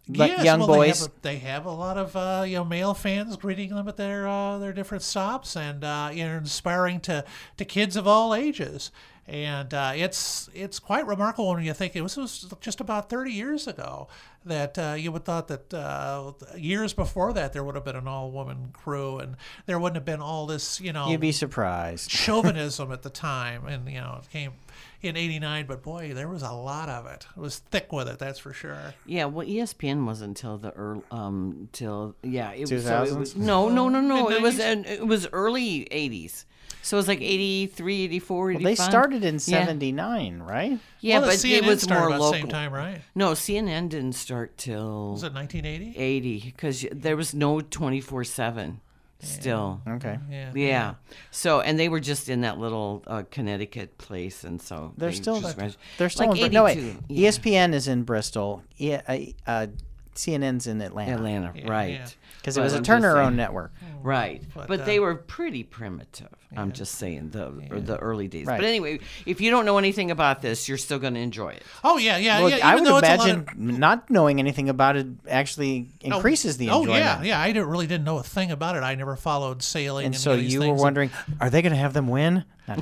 Like
Yes,
young
well,
boys.
They have, a, they have a lot of uh, you know male fans greeting them at their uh, their different stops, and uh, you know, inspiring to to kids of all ages. And uh, it's it's quite remarkable when you think it was, it was just about 30 years ago that uh, you would thought that uh, years before that there would have been an all woman crew and there wouldn't have been all this you know
You'd be surprised.
chauvinism at the time, and you know it came in '89. But boy, there was a lot of it. It was thick with it, that's for sure.
Yeah, well, E ESPN was until the early, um, till yeah, it was, so it
2000s?
was no, no, no, no. It was
Mid-nineties?
an, it was early '80s, so it was like 83, 84,
Well, they
85.
started in
Yeah.
'79, right?
Yeah,
well,
but
the CNN
it was
started
more
about
local.
the same time, right?
No, CNN didn't start till
Was it 1980?
80 because there was no 24 seven still.
Okay.
Yeah.
Yeah. So, and they were just in that little uh, Connecticut place, and so
They're
they
still
just managed-
they're still
like
in Br- no wait.
82, yeah.
ESPN is in Bristol. E- uh, uh, CNN's in Atlanta
Atlanta, right?
because
But
it was a
I'm just saying-
Turner-owned network.
Right. But, they were pretty primitive. I'm just saying the or the early days.
Right.
But anyway, if you don't know anything about this, you're still going to enjoy it.
Oh yeah, yeah,
Look,
yeah.
I
even
would
though it's a lot
imagine
of-
not knowing anything about it actually increases the enjoyment.
Oh yeah, yeah. I didn't, really didn't know a thing about it. I never followed sailing.
And,
And,
so
these
you were
things.
wondering, are they going to have them win? Not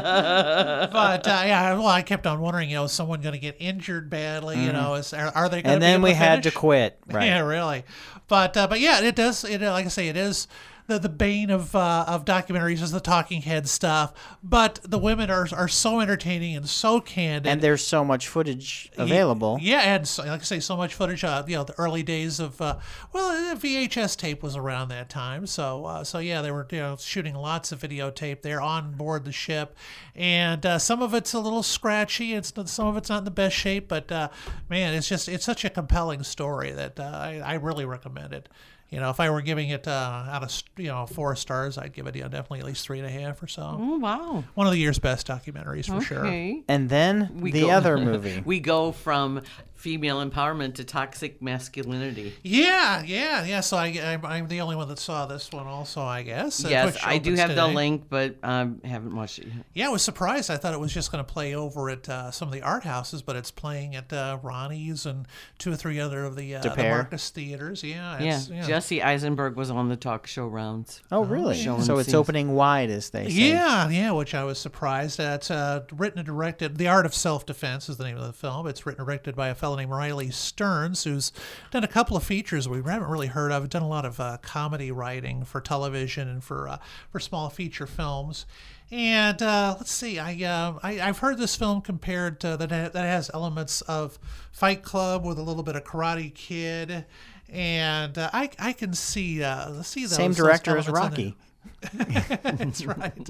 but uh, yeah. Well, I kept on wondering. You know, is someone going to get injured badly? You know, is are, are they? Gonna
Mm-hmm. and
be
then
able
we
to
had to
finish?
quit. Right.
Yeah, really. But uh, but yeah, it does. It uh, like I say, it is the the bane of uh, of documentaries is the talking head stuff. But the women are are so entertaining and so candid.
And there's so much footage available.
yeah, and so, like I say, so much footage. Uh, you know, the early days of uh, well, the VHS tape was around that time. So, uh, so yeah, they were you know shooting lots of videotape there on board the ship, and uh, some of it's a little scratchy. It's some of it's not in the best shape, but uh, man, it's just it's such a compelling story that uh, I, I really recommend it. You know, if I were giving it uh, out of s- you know four stars, I'd give it you know, definitely at least three and a half or so.
Oh, wow.
One of the year's best documentaries for sure.
Okay.
And then the
go-
other movie.
We go from female empowerment to toxic masculinity.
Yeah, yeah, yeah. So I, I'm, I'm the only one that saw this one, also, I guess. uh,
yes,
which
I do
opens
have the
today.
link, but I um, haven't watched it yet.
Yeah, I was surprised. I thought it was just going to play over at uh, some of the art houses, but it's playing at uh, Ronnie's and two or three other of the, uh, the
Pere.
Marcus theaters. Yeah,
Yeah.
it's, yeah.
Jesse Eisenberg was on the talk show rounds.
Oh, really?
Showing
So it's
scenes.
opening wide, as they say.
Yeah, yeah, which I was surprised at. Uh, written and directed, The Art of Self Defense is the name of the film. It's written and directed by a fellow named Riley Stearns, who's done a couple of features we haven't really heard of. Done a lot of uh, comedy writing for television and for uh, for small feature films. And uh, let's see, I, uh, I I've heard this film compared to that ha- that has elements of Fight Club with a little bit of Karate Kid. And uh, I, I can see uh, see those
Same
those
director as
elements in there.
Rocky.
That's right.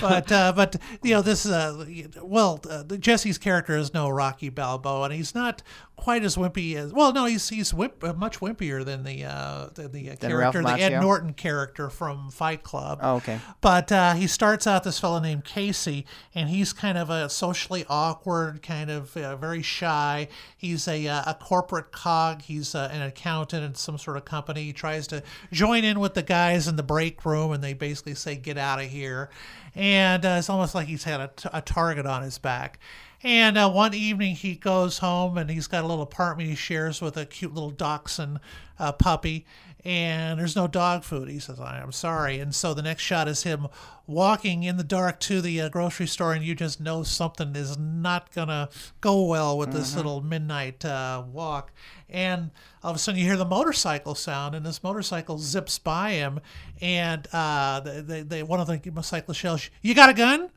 but uh, but you know this uh, well uh, Jesse's character is no Rocky Balboa, and he's not quite as wimpy as well. No, he's he's wimp, uh, much wimpier than the uh, the, the uh,
Than Ralph
character, the Ed
Macchio?
Norton character from Fight Club.
Oh, okay.
But uh, he starts out this fellow named Casey, and he's kind of a socially awkward, kind of uh, very shy. He's a, uh, a corporate cog. He's uh, an accountant in some sort of company. He tries to join in with the guys in the break room, and they basically say, "Get out of here." And uh, it's almost like he's had a, t- a target on his back. And uh, one evening he goes home and he's got a little apartment he shares with a cute little dachshund uh, puppy. And there's no dog food. He says, I, am sorry. And so the next shot is him walking in the dark to the uh, grocery store, and you just know something is not going to go well with this little midnight uh, walk. And all of a sudden you hear the motorcycle sound, and this motorcycle zips by him. And uh, they, they, they, one of the motorcyclists yells, You got a gun?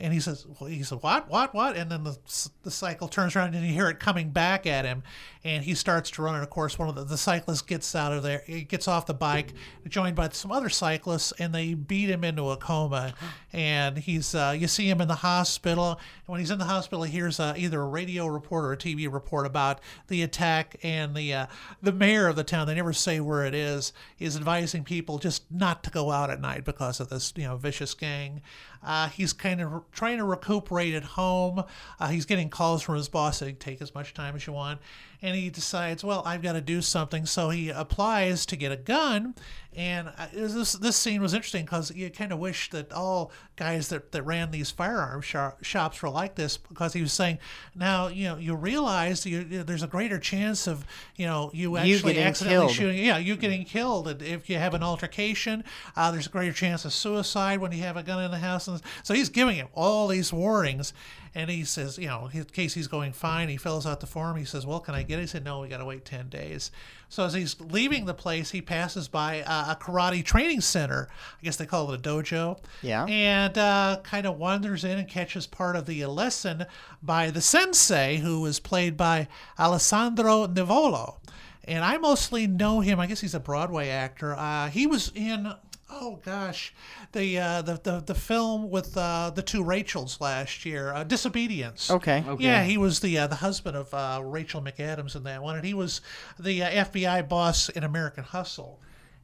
And he says, well, he said, what, what, what? And then the, the cycle turns around and you hear it coming back at him. And he starts to run. And of course, one of the, the cyclists gets out of there, he gets off the bike, joined by some other cyclists, and they beat him into a coma. And he's, uh, you see him in the hospital. And when he's in the hospital, he hears uh, either a radio report or a TV report about the attack. And the, uh, the mayor of the town, they never say where it is, is advising people just not to go out at night because of this, you know, vicious gang. Uh, he's kind of re- trying to recuperate at home. Uh, he's getting calls from his boss saying, take as much time as you want. And he decides, well, I've got to do something. So he applies to get a gun. And uh, it was this, this scene was interesting because you kind of wish that all guys that, that ran these firearm sho- shops were like this because he was saying, now, you know, you realize you, you- there's a greater chance of, you know, you actually
getting
accidentally
killed.
shooting shooting- Yeah, you getting killed and if you have an altercation. Uh, there's a greater chance of suicide when you have a gun in the house. And so he's giving him all these warnings. And he says, you know, in case he's going fine, he fills out the form. He says, well, can I get it? He said, no, we got to wait 10 days. So as he's leaving the place, he passes by uh, a karate training center. I guess they call it a dojo.
Yeah.
And uh, kind of wanders in and catches part of the lesson by the sensei, who is played by Alessandro Nivolo and I mostly know him. I guess he's a Broadway actor. Uh, he was in oh gosh, the uh, the, the the film with uh, the two Rachels last year, uh, Disobedience.
Oh, Okay.
Yeah, he was the uh, the husband of uh, Rachel McAdams in that one, and he was the uh, FBI boss in American Hustle.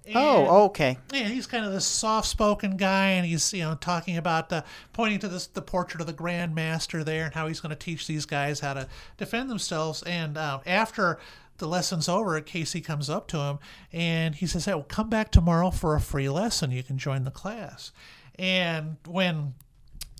And-
Oh, okay.
yeah, he's kind of this soft-spoken guy, and he's you know talking about uh, pointing to this the portrait of the Grand Master there, and how he's going to teach these guys how to defend themselves. And uh, after the lesson's over, Casey comes up to him and he says, Hey, well, come back tomorrow for a free lesson. You can join the class. And when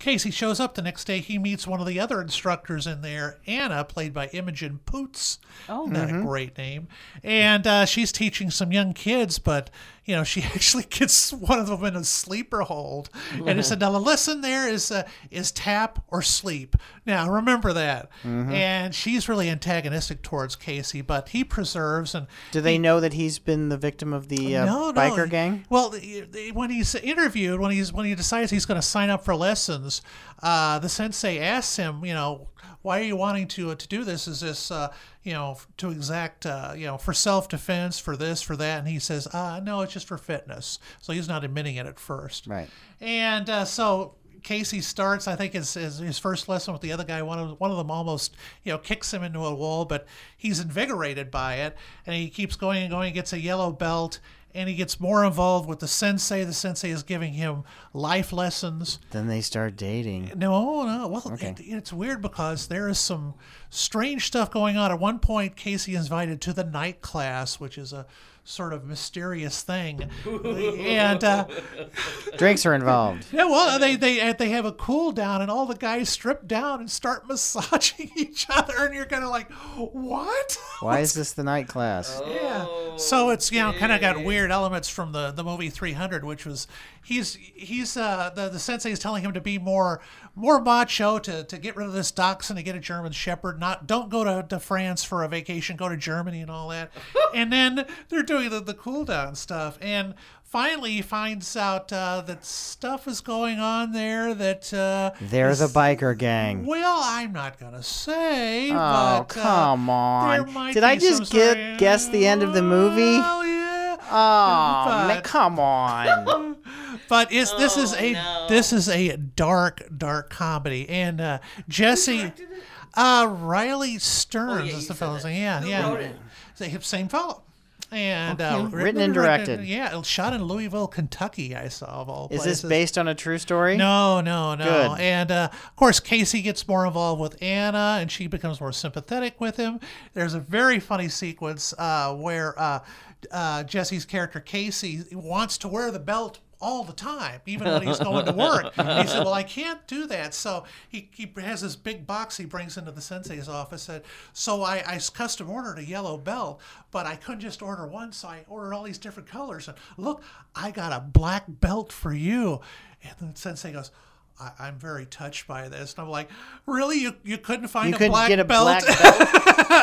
Casey shows up the next day, he meets one of the other instructors in there, Anna, played by Imogen Poots. Oh, not a great name. And uh, she's teaching some young kids, but you know she actually gets one of them in a sleeper hold, and it said, "Now the lesson there is uh, is tap or sleep." Now remember that. And she's really antagonistic towards Casey, but he preserves and
Do they know that he's been the victim of the uh, biker gang?
well, the- the- when he's interviewed, when he's when he decides he's going to sign up for lessons, uh, the sensei asks him, you know, why are you wanting to uh, to do this? Is this uh, you know f- to exact uh, you know for self defense for this for that? And he says, uh, no, it's just for fitness. So he's not admitting it at first.
Right.
And uh, so Casey starts. I think his, his his first lesson with the other guy. One of one of them almost you know kicks him into a wall, but he's invigorated by it, and he keeps going and going. Gets a yellow belt, and he gets more involved with the sensei. The sensei is giving him life lessons.
Then they start dating.
No, no. Well, it, it's weird because there is some strange stuff going on. At one point, Casey is invited to the night class, which is a sort of mysterious thing, and. Uh,
Drinks are involved.
yeah, well, they they they have a cool down, and all the guys strip down and start massaging each other, and you're kind of like, what? Uh,
Why is this the night class?
Yeah. So it's you know kind of got weird elements from the the movie 300, which was he's he's uh the the sensei is telling him to be more more macho to to get rid of this dachshund to get a German Shepherd. Not don't go to, to France for a vacation. Go to Germany and all that. and then they're doing the the cool down stuff and. Finally, he finds out uh, that stuff is going on there that uh,
They're the biker gang.
well, I'm not gonna say.
Oh,
but,
come
uh,
on.
there might
Did I
be some
just get-
sort of-
guess the end of the movie?
Well, yeah.
Oh, man,
But-
come on.
But it's this
Oh,
is a this is a dark dark comedy, and uh, Jesse, uh, Riley Stearns
Oh, you
is the
said
fellow's
that.
name. Yeah,
Who
yeah,
wrote it?
The same fellow. And uh,
Written and directed.
Yeah, shot in Louisville, Kentucky. I saw of all
Is
places.
this based on a true story?
No, no, no.
Good.
And uh, of course, Casey gets more involved with Anna, and she becomes more sympathetic with him. There's a very funny sequence uh, where uh, uh, Jesse's character Casey wants to wear the belt. All the time, even when he's going to work. he said, Well, I can't do that. So he, he has this big box he brings into the sensei's office. And so I, I custom ordered a yellow belt, but I couldn't just order one. So I ordered all these different colors. And look, I got a black belt for you. And the sensei goes, I, I'm very touched by this. And I'm like, really? You you couldn't find
You
a,
couldn't
black
get a
belt,
black belt?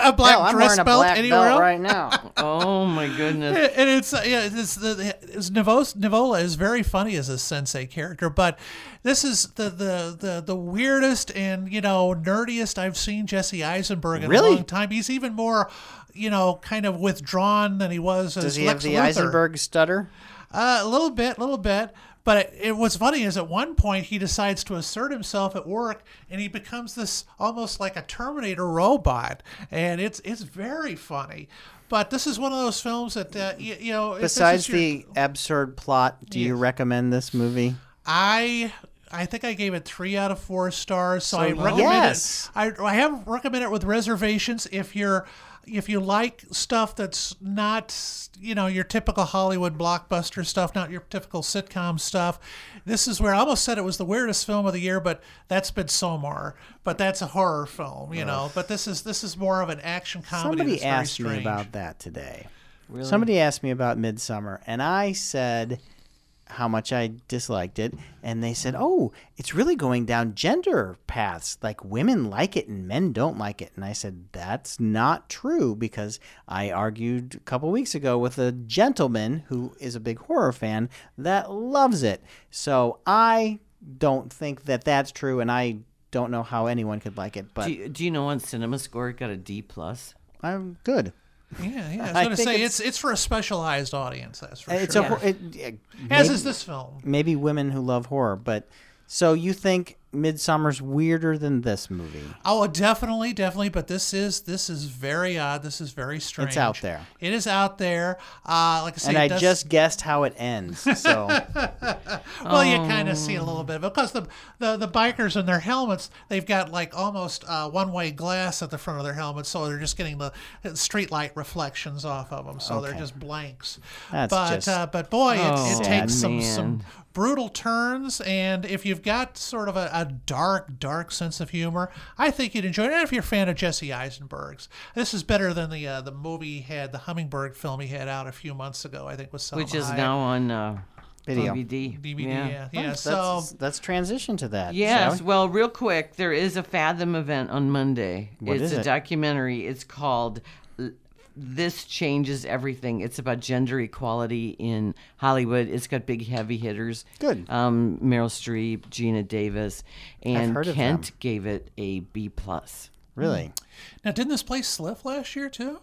a black
Hell, I'm
dress
wearing a
belt
black
anywhere
belt
else?
right now.
Oh my goodness.
And it's uh, yeah, it's the it's Nivos, Nivola is very funny as a sensei character, but this is the the the, the weirdest and you know nerdiest I've seen Jesse Eisenberg in
Really?
a long time. He's even more you know kind of withdrawn than he was.
Does
as
he have
Lex
the
Luthor.
Eisenberg stutter?
Uh, a little bit, a little bit. But it, it, what's funny is at one point he decides to assert himself at work, and he becomes this almost like a Terminator robot, and it's it's very funny. But this is one of those films that uh, you, you know. if this is
Besides
your-
the absurd plot, do you recommend this movie?
I I think I gave it three out of four stars. So, I recommend
Yes.
it. I, I have recommend it with reservations if you're if you like stuff that's not you know your typical Hollywood blockbuster stuff, not your typical sitcom stuff. This is where I almost said it was the weirdest film of the year, but that's Midsommar. But that's a horror film, you know. But this is this is more of an action comedy.
Somebody
that's very
asked me
strange.
about that today. Somebody asked me about Midsummer, and I said how much I disliked it, and they said, "Oh, it's really going down gender paths. Like women like it and men don't like it." And I said, "That's not true because I argued a couple weeks ago with a gentleman who is a big horror fan that loves it. So I don't think that that's true, and I." Don't know how anyone could like it, but
Do you, do you know on Cinema Score it got a D plus?
I'm good.
Yeah, yeah. I was
I
going to
think
say
it's-
it's, it's for a specialized audience. That's for
It's
sure.
a hor- it, it-
As
maybe-
is this film.
maybe women who love horror, but so you think Midsummer's weirder than this movie.
Oh, definitely, definitely. But this is this is very odd. This is very strange.
out there.
It is out there. Uh, like I say,
And
it
I
does-
just guessed how it ends. So
well, you kind of see a
Oh.
little bit of it because the, the the bikers in their helmets, they've got like almost uh, one way glass at the front of their helmets, so they're just getting the streetlight reflections off of them. So they're
Okay.
just blanks.
That's
but
just-
uh, but boy, it,
Oh,
it takes some
sad
some
man.
brutal turns and if you've got sort of a, a dark dark sense of humor i think you'd enjoy it and if you're a fan of jesse eisenberg's this is better than the uh, the movie he had the hummingbird film he had out a few months ago i think with Selma
which is
Hayek.
now on uh,
Video.
DVD.
dvd yeah yeah,
let's,
so
let's transition to that. shall
Yes.
we?
Well, real quick, there is a Fathom event on Monday.
What
it's
is
a
it?
documentary. It's called L- This Changes Everything. It's about gender equality in Hollywood. It's got big heavy hitters.
Good.
Um, Meryl Streep, Gina Davis, and
heard of
Kent
them.
gave it a B plus.
Really?
now didn't this play sliff last year too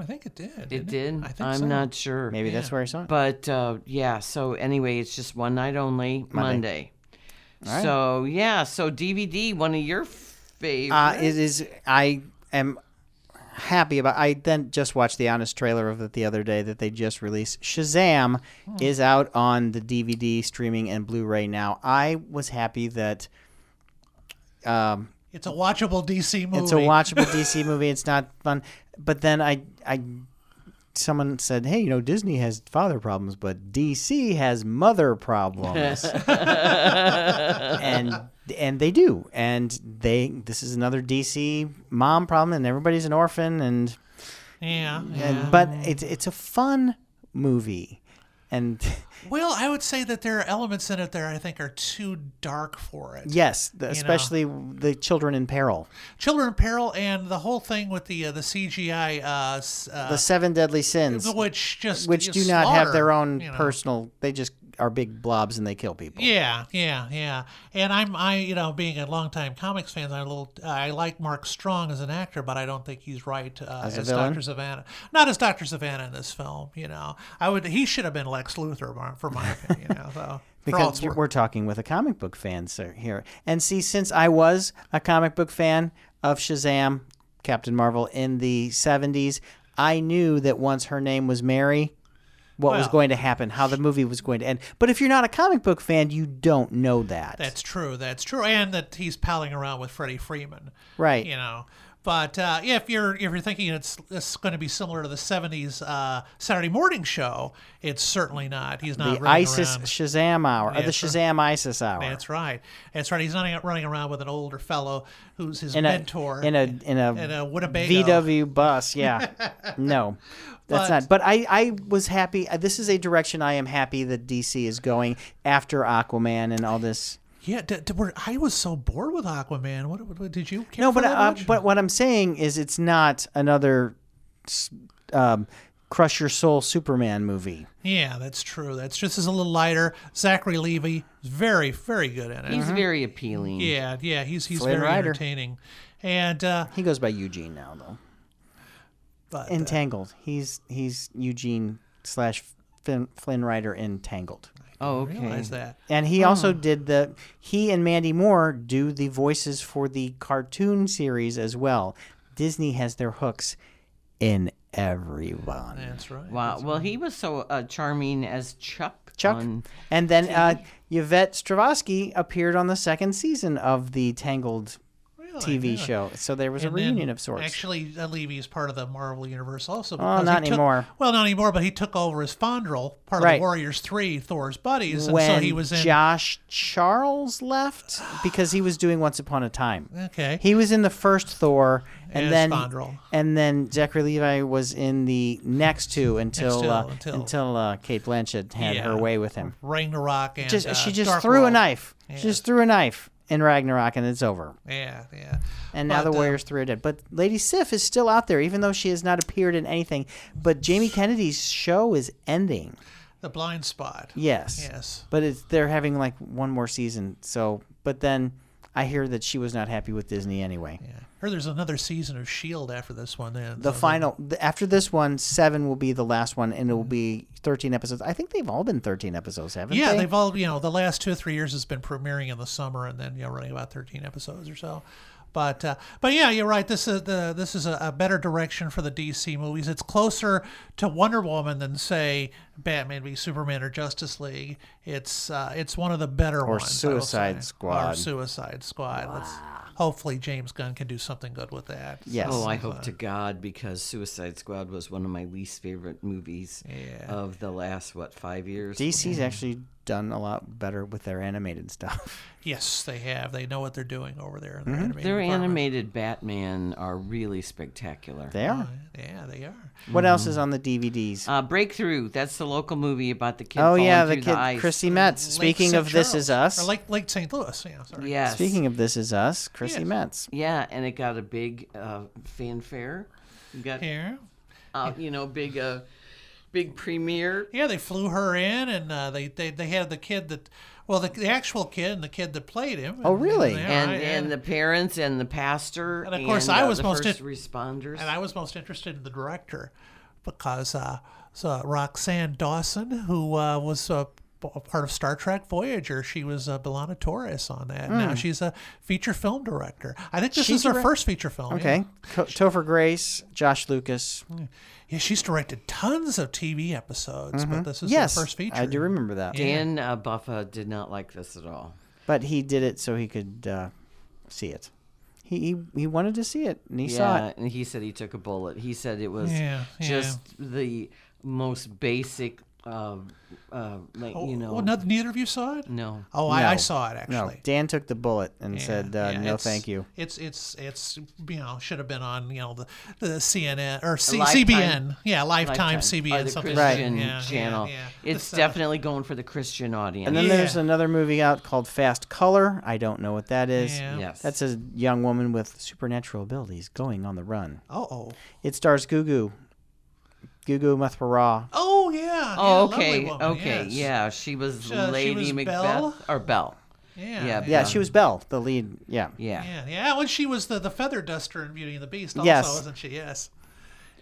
i think it did didn't
It did.
i think
I'm
so.
not sure.
Maybe that's where I saw it.
But uh, yeah, so anyway, it's just one night only, Monday.
right.
So yeah, so DVD, one of your favorites.
Uh, it is. I am happy about. I then just watched the honest trailer of it the other day that they just released. Shazam
Hmm.
is out on the DVD streaming and Blu-ray now. I was happy that
it's a watchable dc movie
it's a watchable DC movie. It's not fun, but then I I someone said, hey, you know, Disney has father problems, but DC has mother problems. and and they do and they this is another dc mom problem and everybody's an orphan and
yeah, yeah.
and but it's it's a fun movie and
well i would say that there are elements in it that i think are too dark for it
yes the, especially the children in peril
Children in Peril and the whole thing with the uh, the CGI, uh, s-
the
uh,
seven deadly sins
which just
which
you
do not have
slaughter,
their own
you know.
personal they just are big blobs and they kill people
Yeah, yeah, yeah. And I'm I you know being a longtime comics fan, I'm a little I like Mark Strong as an actor, but I don't think he's right uh,
As
as,
a villain?
Doctor Savannah. Not as Doctor Savannah in this film. You know, I would he should have been Lex Luthor mar- for my opinion. You know, so. for all
because
it's
we're,
worth.
talking with a comic book fan sir, here. And see, since I was a comic book fan of Shazam, Captain Marvel in the 70s, I knew that once her name was Mary, what was
Well-
going to happen, how the movie was going to end. But if you're not a comic book fan, you don't know that.
That's true. That's true, and that he's palling around with Freddie Freeman.
Right.
You know, but uh, yeah, if you're if you're thinking it's it's going to be similar to the '70s uh, Saturday morning show, it's certainly not. He's not
the
running
ISIS
around.
Shazam hour, or the
That's right.
Shazam ISIS hour.
That's right. That's right. He's not running around with an older fellow who's his
in a,
mentor.
in a in a,
in a Winnebago.
VW bus. Yeah, no, that's
But-
not. But I I was happy. uh, This is a direction I am happy that DC is going after Aquaman and all this.
yeah, d- d- were- I was so bored with Aquaman. What, what- what- did you? Care
No,
for
but
that
uh,
much?
but what I'm saying is it's not another s- um, crush your soul Superman movie.
yeah, that's true. That's just is a little lighter. Zachary Levy is very very good in it.
mm-hmm.
He's very appealing.
Yeah, yeah, he's he's
Flynn
very
Rider.
entertaining, and uh,
He goes by Eugene now though.
but uh,
Entangled. He's he's Eugene slash Flynn, Flynn Rider in Tangled.
Oh, okay.
realize that.
And he also did the he and Mandy Moore do the voices for the cartoon series as well. Disney has their hooks in everyone.
That's right.
Wow. Well, he was so uh, charming as Chuck.
Chuck.
on-
and then uh, Yvette Stravosky appeared on the second season of the Tangled
Really,
TV
really.
show. So there was a
And then,
reunion of sorts.
Actually, uh, Levy is part of the Marvel universe also.
Well,
because
not
he took-
anymore.
Well, not anymore. But he took over as Fondrel, part of
Right.
the Warriors Three, Thor's buddies, and
when
so he was in.
Josh Charles left because he was doing Once Upon a Time.
okay.
He was in the first Thor, and
As
then
Fondrel.
and then Zachary Levi was in the next two until
Until-
uh, until,
until-
uh, Kate Blanchett had
Yeah.
her way with him.
Ragnarok and
Just
uh,
she just
Dark
threw a
World.
knife. She just threw a knife in Ragnarok, and it's over.
Yeah, yeah.
And now
But,
the
uh,
Warriors three are dead. But Lady Sif is still out there, even though she has not appeared in anything. But Jamie Kennedy's show is ending.
the blind spot.
Yes.
Yes.
But it's they're having like one more season. So, but then I hear that she was not happy with Disney anyway.
Yeah. Heard there's another season of Shield E after this one. Then
The final th- after this one, seven will be the last one, and it will be 13 episodes. I think they've all been 13 episodes, haven't
Yeah,
they?
they've all you know the last two or three years has been premiering in the summer and then you know running about thirteen episodes or so. But uh, but yeah, you're right. This is the this is a, a better direction for the DC movies. It's closer to Wonder Woman than say Batman v Superman or Justice League. It's uh, it's one of the better
Or
ones. I will
Suicide
say. Or
Squad.
Suicide Squad. Let's hopefully James Gunn can do something good with that.
Yes.
Oh, I hope to God because Suicide Squad was one of my least favorite movies of the last what five years.
DC's actually done a lot better with their animated stuff.
Yes, they have. They know what they're doing over there
Mm-hmm.
in their animated
Their
department.
animated Batman are really spectacular.
They are.
Yeah, they are.
What else
Mm-hmm.
is on the DVDs?
Uh, Breakthrough. That's the local movie about the kid.
oh
falling
yeah, the
through the
kid
ice.
Chrissy Metz.
Lake
Speaking
St.
of This Is
Charles,
Us.
Or Lake, Lake St. Louis. Yeah, sorry.
Yes.
Speaking of This Is Us, Chrissy
Yes.
Metz.
Yeah, and it got a big uh, fanfare. You Got
Here.
uh, you know big uh, big premiere.
Yeah, they flew her in, and uh, they, they they had the kid that, well, the, the actual kid and the kid that played him.
Oh, really?
And,
And,
I,
and the parents and the pastor
And of course I
uh,
was
the
most
first
in-
responders.
and I was most interested in the director, because uh, so Roxanne Dawson, who uh, was a, a part of Star Trek Voyager, she was uh, Belana Torres on that. Now she's a feature film director. I think this
She
is her
Hmm. direct-
first feature film. yeah.
Okay. Co- Topher Grace, Josh Lucas.
Yeah, she's directed tons of TV episodes, but this is
Mm-hmm. yes,
her first feature.
I do remember that.
Dan uh, Buffa did not like this at all.
But he did it so he could uh, see it. He, he he wanted to see it, and he saw
Yeah,
it.
and he said he took a bullet. He said it was
Yeah, yeah.
just the most basic, uh, uh, like you know,
Oh, Well, neither, neither of you saw it.
no.
Oh, I, I
No.
saw it
No,
actually.
Dan took the bullet and
Yeah,
said, uh,
yeah,
"No,
it's-
thank you."
It's it's it's you know should have been on you know the, the CNN or C-
Lifetime.
CBN yeah Lifetime,
Lifetime,
CBN
or the
something
Christian
Yeah, yeah,
channel.
yeah. uh,
It's
The stuff-
definitely going for the Christian audience.
And then
Yeah.
there's another movie out called Fast Color. I don't know what that is.
Yeah.
yes,
That's a young woman with supernatural abilities going on the run.
Uh oh
It stars Gugu, Gugu Mutharah.
oh yeah
oh
yeah,
okay,
lovely woman,
okay,
yes.
yeah. She was
uh, she
Lady
was
Macbeth
Belle?
or Belle.
yeah
Yeah,
Yeah, she was Belle, the lead. Yeah.
Yeah,
yeah yeah when she was the the feather duster in Beauty and the Beast also
Yes.
wasn't she yes.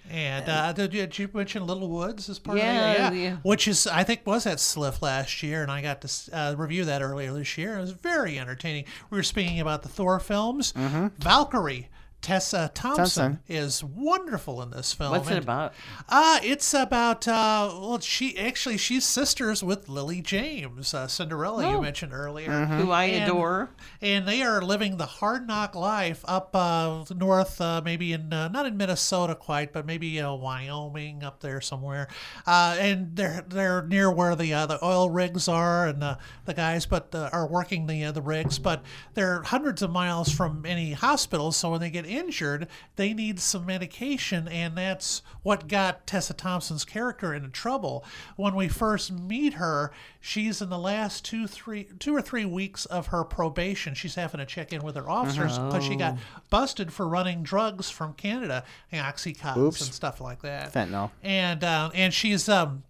And uh, did, you, did you mention Little Woods as part of it?
Yeah, yeah.
which is I think was at Sliff last year, and I got to s- uh, review that earlier this year. It was very entertaining. We were speaking about the Thor films. Valkyrie Tessa Thompson,
Thompson.
is wonderful in this film.
What's it
And,
about?
Uh, it's about uh, well, she actually she's sisters with Lily James, uh, Cinderella you mentioned earlier
Who I
uh, And-
adore.
and they are living the hard knock life up uh, north, uh, maybe in uh, not in Minnesota quite, but maybe uh, Wyoming up there somewhere. Uh, and they're they're near where the uh, the oil rigs are, and the, the guys but uh, are working the uh, the rigs, but they're hundreds of miles from any hospital. So when they get injured, they need some medication, and that's what got Tessa Thompson's character into trouble. When we first meet her, she's in the last two, three, two or three weeks of her probation. She's having to check in with her officers because she got busted for running drugs from Canada, and oxycontins and stuff like that.
Fentanyl.
And uh, and she's um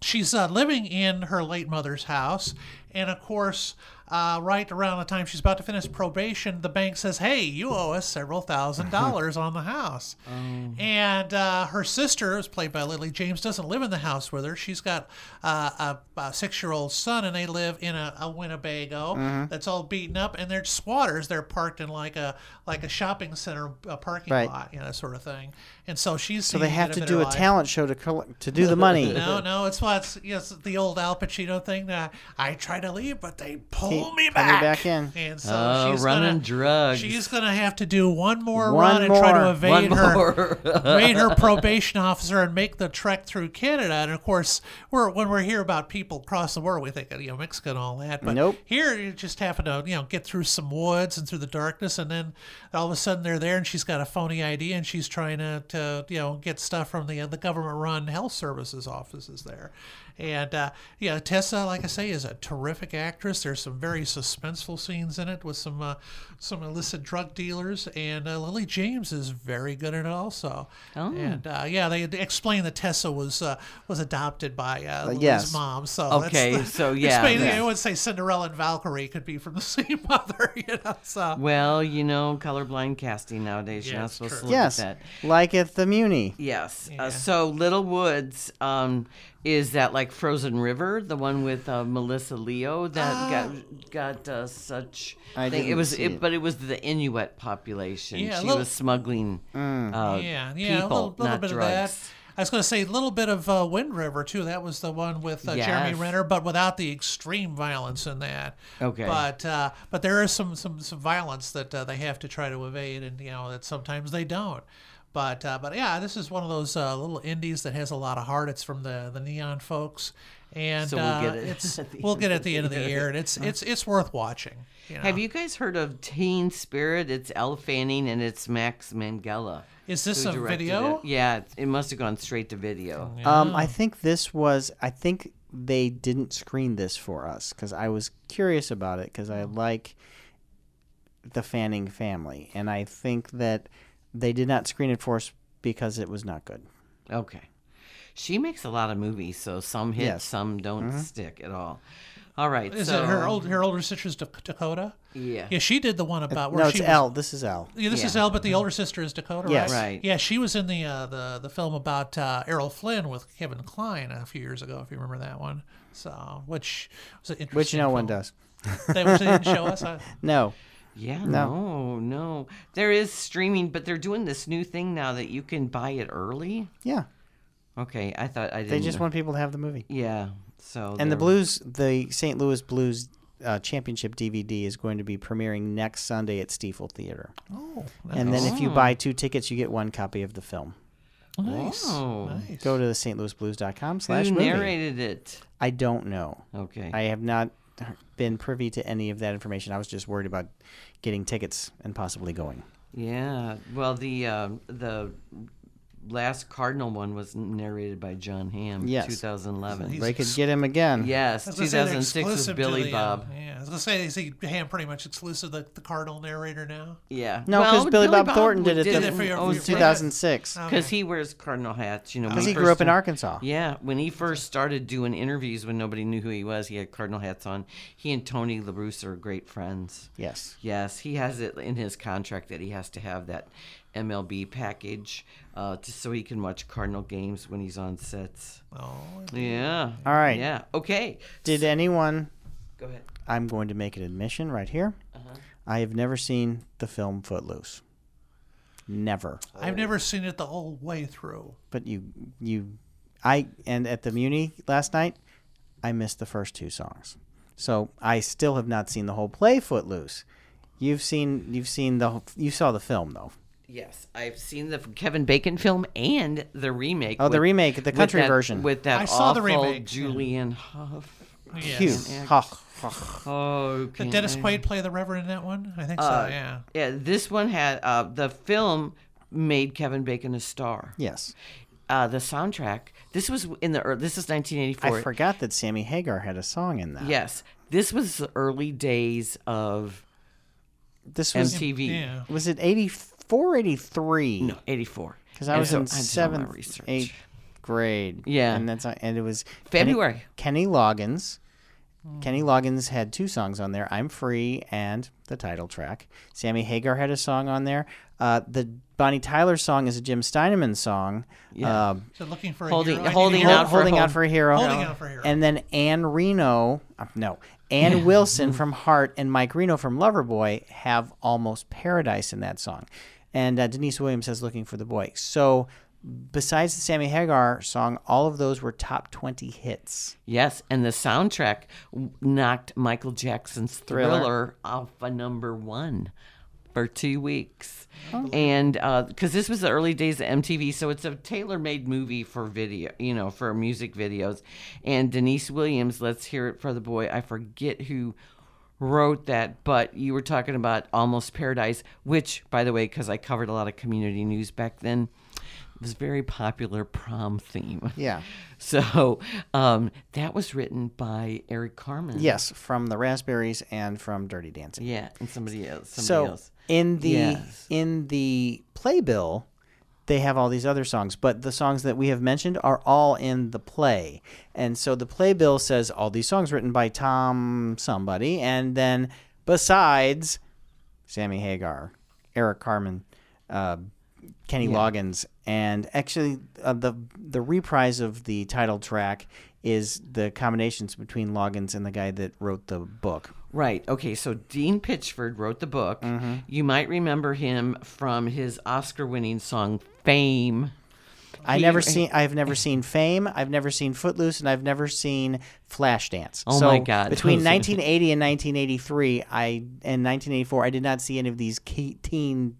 she's uh, living in her late mother's house, and of course, uh, right around the time she's about to finish probation, the bank says, "Hey, you owe us several thousand dollars on the house."
Oh.
And uh, her sister, who's played by Lily James, doesn't live in the house with her. She's got uh, a, a six-year-old son, and they live in a, a Winnebago
Mm-hmm.
that's all beaten up, and they're squatters. They're parked in like a like a shopping center a parking
Right.
lot, you know, sort of thing. And so she's
So they have to do a talent show to collect, to do the money.
no, no, it's what's yes, the old Al Pacino thing that I try to leave, but they pull
He-
me
put
back.
back in.
And so
Oh,
she's
running
gonna,
drugs.
She's gonna have to do one more
One
run and try to
more.
evade
One
her,
more.
evade her probation officer, and make the trek through Canada. And of course, we're when we're here about people across the world, we think you know Mexico and all that. But
Nope.
here, you just happen to you know get through some woods and through the darkness, and then all of a sudden they're there, and she's got a phony ID, and she's trying to, to you know get stuff from the the government-run health services offices there. And uh, yeah, Tessa, like I say, is a terrific actress. There's some very suspenseful scenes in it with some uh, some illicit drug dealers, and uh, Lily James is very good in it also. Oh. And uh, yeah, they explained that Tessa was uh, was adopted by uh, Lily's
yes.
mom. So that's
Okay,
the-
so, yeah,
explain-
yeah.
I would say Cinderella and Valkyrie could be from the same mother, you know. So
Well, you know, colorblind casting nowadays. You're
Yeah,
not
it's
supposed
true.
to look
Yes,
at that.
like at the Muni.
Yes. Uh, so Little Woods um, is that like Frozen River, the one with uh, Melissa Leo that
Ah.
got got uh, such.
I
thing.
didn't
it was,
see it.
but it was the Inuit population.
Yeah, a
she
little-
was smuggling.
Mm.
Uh,
yeah,
people,
yeah, a little, little
not
bit
drugs.
of that. I was going to say a little bit of uh, Wind River too. That was the one with uh, Jeremy
Yes.
Renner, but without the extreme violence in that.
Okay.
But uh, but there is some some some violence that uh, they have to try to evade, and you know that sometimes they don't. But uh, but yeah, this is one of those uh, little indies that has a lot of heart. It's from the the Neon folks, and
So we'll
uh,
get it
it's
at the
we'll
end
get it
of
at the end of the year, and it's it's it's worth watching. You know?
Have you guys heard of Teen Spirit? It's Elle Fanning and it's Max Mangela.
Is this
who
a
directed
video?
It. Yeah, it, it must have gone straight to video.
Um,
Oh.
I think this was. I think they didn't screen this for us because I was curious about it because I
Oh.
like the Fanning family, and I think that they did not screen it for us because it was not good.
Okay. She makes a lot of movies, so some hit,
Yes. Mm-hmm.
some don't stick at all. All right.
Is
so,
it her old her older sister's Dak- Dakota?
Yeah.
Yeah, she did the one about where
No,
Uh, she
it's
was-
L. This is L.
Yeah, this is
Yeah.
Elle, but the older sister is Dakota,
Yes.
right?
Right.
Yeah, she was in the uh, the the film about uh, Errol Flynn with Kevin Klein a few years ago, if you remember that one. So, which was an interesting.
Which no one
film.
does.
They, which they didn't show us. uh, I,
No.
Yeah. No. no, There is streaming, but they're doing this new thing now that you can buy it early.
Yeah.
Okay, I thought I didn't.
They just want people to have the movie.
Yeah. So
And the
they're-
Blues, the St. Louis Blues uh, Championship DVD is going to be premiering next Sunday at Stiefel Theater.
oh,
And then if you buy two tickets, you get one copy of the film.
nice, Oh.
Wow.
nice.
Go to the stlouisblues.com slash
who
movie.
narrated it?
I don't know.
Okay.
I have not been privy to any of that information. I was just worried about getting tickets and possibly going.
Yeah. Well, the uh, the last Cardinal one was narrated by John Hamm.
Yes.
2011.
They could get him again.
Yes.
I was gonna say they're
2006 was
exclusive to
Billy
the, uh,
Bob.
yeah, I was gonna say is he Ham pretty much exclusive the, the Cardinal narrator now?
Yeah.
No, because Billy, Bob, Thornton did it,
it
the, Oh,
for your-
it was
for your-
2006.
Oh,
Because he wears cardinal hats, you know. when
Because Oh, he
first
grew up in
started-
Arkansas.
Yeah, when he first started doing interviews when nobody knew who he was, he had cardinal hats on. He and Tony LaRusse are great friends.
Yes.
Yes, he has it in his contract that he has to have that MLB package uh, just so he can watch Cardinal games when he's on sets.
oh,
Yeah.
All right.
Yeah. Okay.
Did anyone
Go ahead.
I'm going to make an admission right here. I have never seen the film Footloose. Never.
I've never seen it the whole way through.
But you, you, I, and at the Muni last night, I missed the first two songs. So I still have not seen the whole play Footloose. You've seen, you've seen the, whole- you saw the film though.
Yes, I've seen the Kevin Bacon film and the remake.
Oh, the
with-
remake, the
with
country
that-
version.
with that
I saw the
awful
remake.
Julian Hough.
Yes.
Phew. Ha, ha.
Oh,
Did
can
Dennis
I-
Quaid play the Reverend in that one? I think so.
Uh,
yeah.
Yeah, this one had uh, the film made Kevin Bacon a star.
Yes.
Uh, the soundtrack. This was in the ear- this is 1984.
I forgot that Sammy Hagar had a song in that.
Yes, this was the early days of
This was,
MTV.
Yeah.
was it 84, 83?
No, 84.
Because I
And
was
so
in
I did all my
seventh,
research.
eighth grade.
Yeah.
and that's uh, and it was Kenny-
February.
Kenny, Loggins. Kenny Loggins had two songs on there: "I'm Free" and the title track. Sammy Hagar had a song on there. Uh, the Bonnie Tyler song is a Jim Steineman song.
Yeah.
Um,
So looking for a
Holding-
hero. I need a
holding
hero.
out for
holding
a
out
Home.
for a hero.
Holding Out for a Hero.
And then Ann Reno, uh, no, Ann Wilson from Heart and Mike Reno from Loverboy have almost paradise in that song. And uh, Denise Williams has Looking for the Boy. So besides the Sammy Hagar song, all of those were top 20 hits.
Yes, and the soundtrack w- knocked Michael Jackson's Thriller,
Thriller.
off a number one for two weeks, and because this was the early days of MTV, so it's a tailor-made movie for video, you know, for music videos. And Denise Williams, let's hear it for the boy. I forget who wrote that, but you were talking about Almost Paradise, which, by the way, because I covered a lot of community news back then, was a very popular prom theme.
Yeah.
So um, that was written by Eric Carmen.
Yes, from the Raspberries and from Dirty Dancing.
Yeah, and somebody else. Somebody
so
else.
in the
Yes.
in the playbill they have all these other songs but the songs that we have mentioned are all in the play and so the playbill says all these songs written by tom somebody and then besides sammy hagar eric carmen uh, Kenny Loggins, and actually uh, the the reprise of the title track is the combinations between Loggins and the guy that wrote the book.
Right. Okay. So Dean Pitchford wrote the book. You might remember him from his Oscar-winning song "Fame."
I
He-
never seen. I've never seen Fame. I've never seen Footloose, and I've never seen Flashdance.
Oh
so
my God.
Between 1980 and 1983, I and 1984, I did not see any of these key, teen.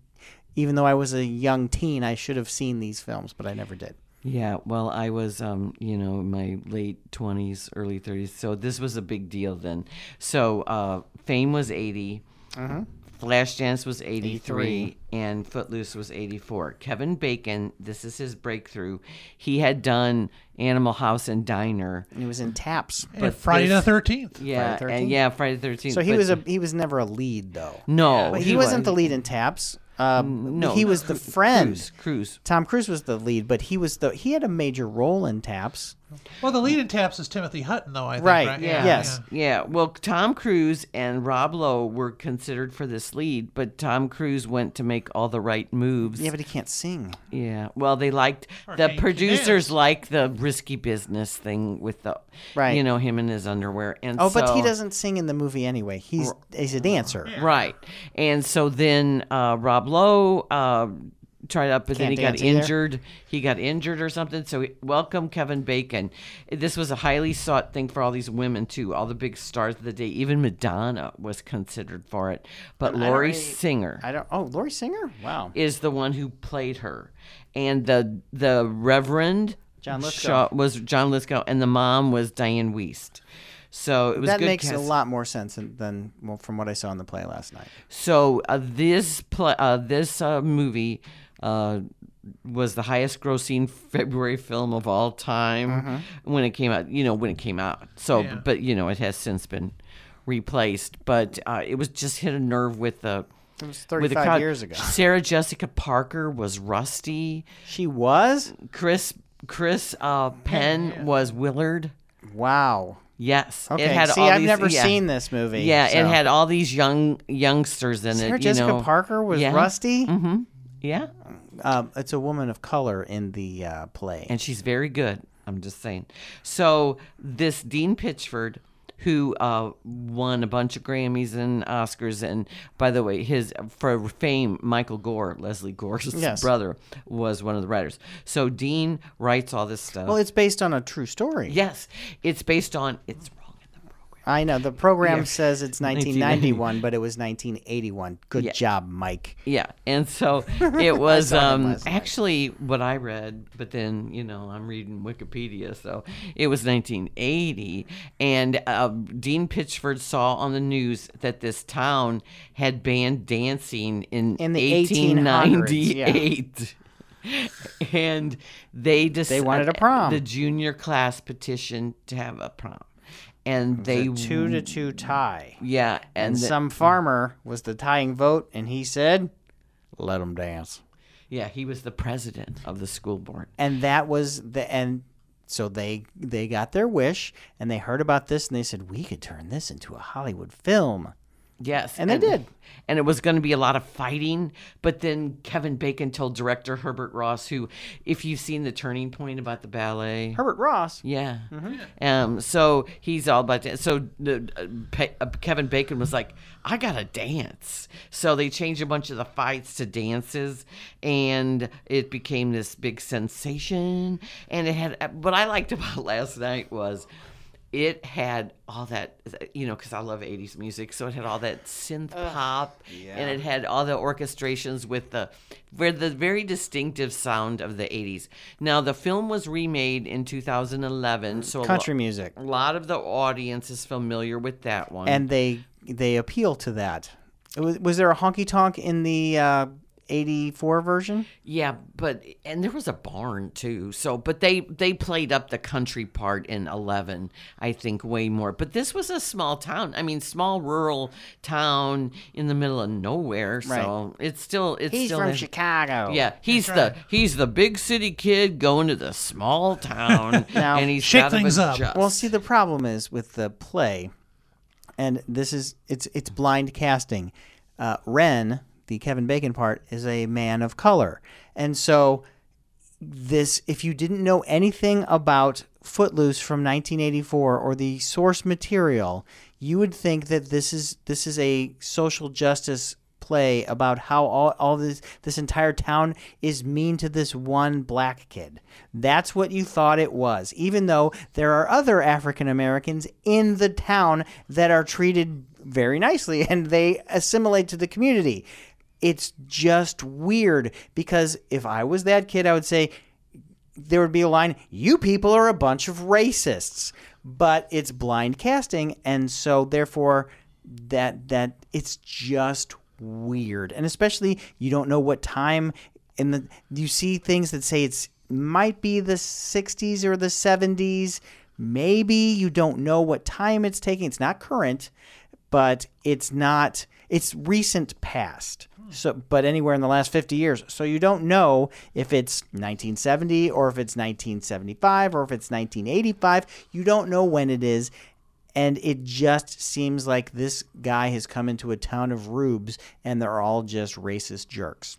Even though I was a young teen, I should have seen these films, but I never did.
Yeah, well, I was, um, you know, in my late 20s, early 30s. So this was a big deal then. So uh, Fame was 80,
Uh-huh.
Flashdance was 83, and Footloose was 84. Kevin Bacon, this is his breakthrough. He had done Animal House and Diner.
And it was in Taps.
And Friday the
this-
Thirteenth.
Yeah,
Friday the
and
13th?
yeah, Friday the 13th.
So he
but-
was a he was never a lead though.
No, Mm,
But he, wasn't the lead in Taps. Um,
no,
he was the
Cru-
friend.
Cruise, Cruise.
Tom Cruise was the lead, but he was the he had a major role in Taps.
Well, the lead in taps is Timothy Hutton, though. I think.
Right,
Right.
yeah. Yes.
Yeah. Well, Tom Cruise and Rob Lowe were considered for this lead, but Tom Cruise went to make all the right moves.
Yeah, but he can't sing.
Yeah, Well, they liked
now
the
you can
producers
dance.
liked the risky business thing with the
Right.
you know him in his underwear. And
Oh, but he
so-
doesn't sing in the movie anyway. He's he's a dancer.
Right. And so then uh, Rob Lowe uh, tried up, but then
Can't
he got
dance either.
injured. He got injured or something. So he- welcome Kevin Bacon. This was a highly sought thing for all these women too. All the big stars of the day, even Madonna was considered for it. But Lori
really-
Singer
I don't. Oh, Lori Singer. Wow.
is the one who played her, and the the Reverend
John
Shaw- was John Lithgow, and the mom was Diane Wiest. So it was
that
good
makes a
cast.
lot more sense than, than well, from what I saw in the play last night.
So uh, this pl- uh, this uh, movie uh, was the highest grossing February film of all time
Mm-hmm.
when it came out. You know when it came out. So,
Yeah.
but you know it has since been replaced. But uh, it was just hit a nerve with the. It
was 35 years ago.
Sarah Jessica Parker was Rusty.
She was.
Chris Chris uh, Penn was Willard.
Wow.
Yes.
Okay.
It had
See,
all
I've
these-
never
yeah.
seen this movie.
Yeah,
so.
it had all these young youngsters in it.
Sarah
you
Jessica
know.
Parker was
Yeah. Mm-hmm.
Rusty.
Yeah.
Um, it's a woman of color in the uh, play.
and she's very good. I'm just saying. So this Dean Pitchford, who uh, won a bunch of Grammys and Oscars, and by the way, his for fame, Michael Gore, Leslie Gore's
Yes.
brother, was one of the writers. So Dean writes all this stuff.
well, it's based on a true story.
yes, it's based on. It's wrong in the program.
I know the program says it's 1991, but it was 1981. Good job, Mike.
Yeah, and so it was
saw him
um,
last night.
actually what I read, but then you know I'm reading Wikipedia, so it was 1980, and uh, Dean Pitchford saw on the news that this town had banned dancing in,
In the
1898, and they just
They wanted a prom.
The junior class petitioned to have a prom, and they
Two to two tie.
yeah,
And
and the-
some farmer was the tying vote, and he said, "Let them dance."
yeah, he was the president of the school board.
And that was the and so they they got their wish, and they heard about this, and they said, "We could turn this into a Hollywood film."
Yes.
And they did.
And it was going to be a lot of fighting. But then Kevin Bacon told director Herbert Ross, who, if you've seen The Turning Point about the ballet.
Herbert Ross.
yeah.
Mm-hmm.
Um. So he's all about that. So the, uh, Pe- uh, Kevin Bacon was like, "I gotta dance." So they changed a bunch of the fights to dances, and it became this big sensation. And it had uh, what I liked about last night was it had all that you know because i love 80s music so it had all that synth pop and it had all the orchestrations with the where the very distinctive sound of the 80s now the film was remade in 2011 so a lo-
Country music.
a lot of the audience is familiar with that one
and they they appeal to that. Was, was there a honky tonk in the uh, '84 version?
Yeah, but and there was a barn too. So, but they they played up the country part in 11, I think way more. But this was a small town. I mean, small rural town in the middle of nowhere. So, it's still it's still in-
Chicago.
Yeah, he's the he's the big city kid going to the small town
Now-
and he's
Shake
gotta
things up.
adjust.
Well, see, the problem is with the play, and this is it's it's blind casting. Uh, Ren, the Kevin Bacon part, is a man of color. And so this if you didn't know anything about Footloose from 1984 or the source material, you would think that this is this is a social justice play about how all, all this this entire town is mean to this one black kid. That's what you thought it was, even though there are other African Americans in the town that are treated very nicely and they assimilate to the community it's just weird because if I was that kid, I would say there would be a line, you people are a bunch of racists. But it's blind casting and so therefore that that it's just weird. And especially you don't know what time in the you see things that say it's might be the 60s or the 70s. Maybe you don't know what time it's taking. It's not current, but it's not it's recent past. So, but anywhere in the last 50 years. So you don't know if it's 1970 or if it's 1975 or if it's 1985. You don't know when it is. And it just seems like this guy has come into a town of rubes and they're all just racist jerks.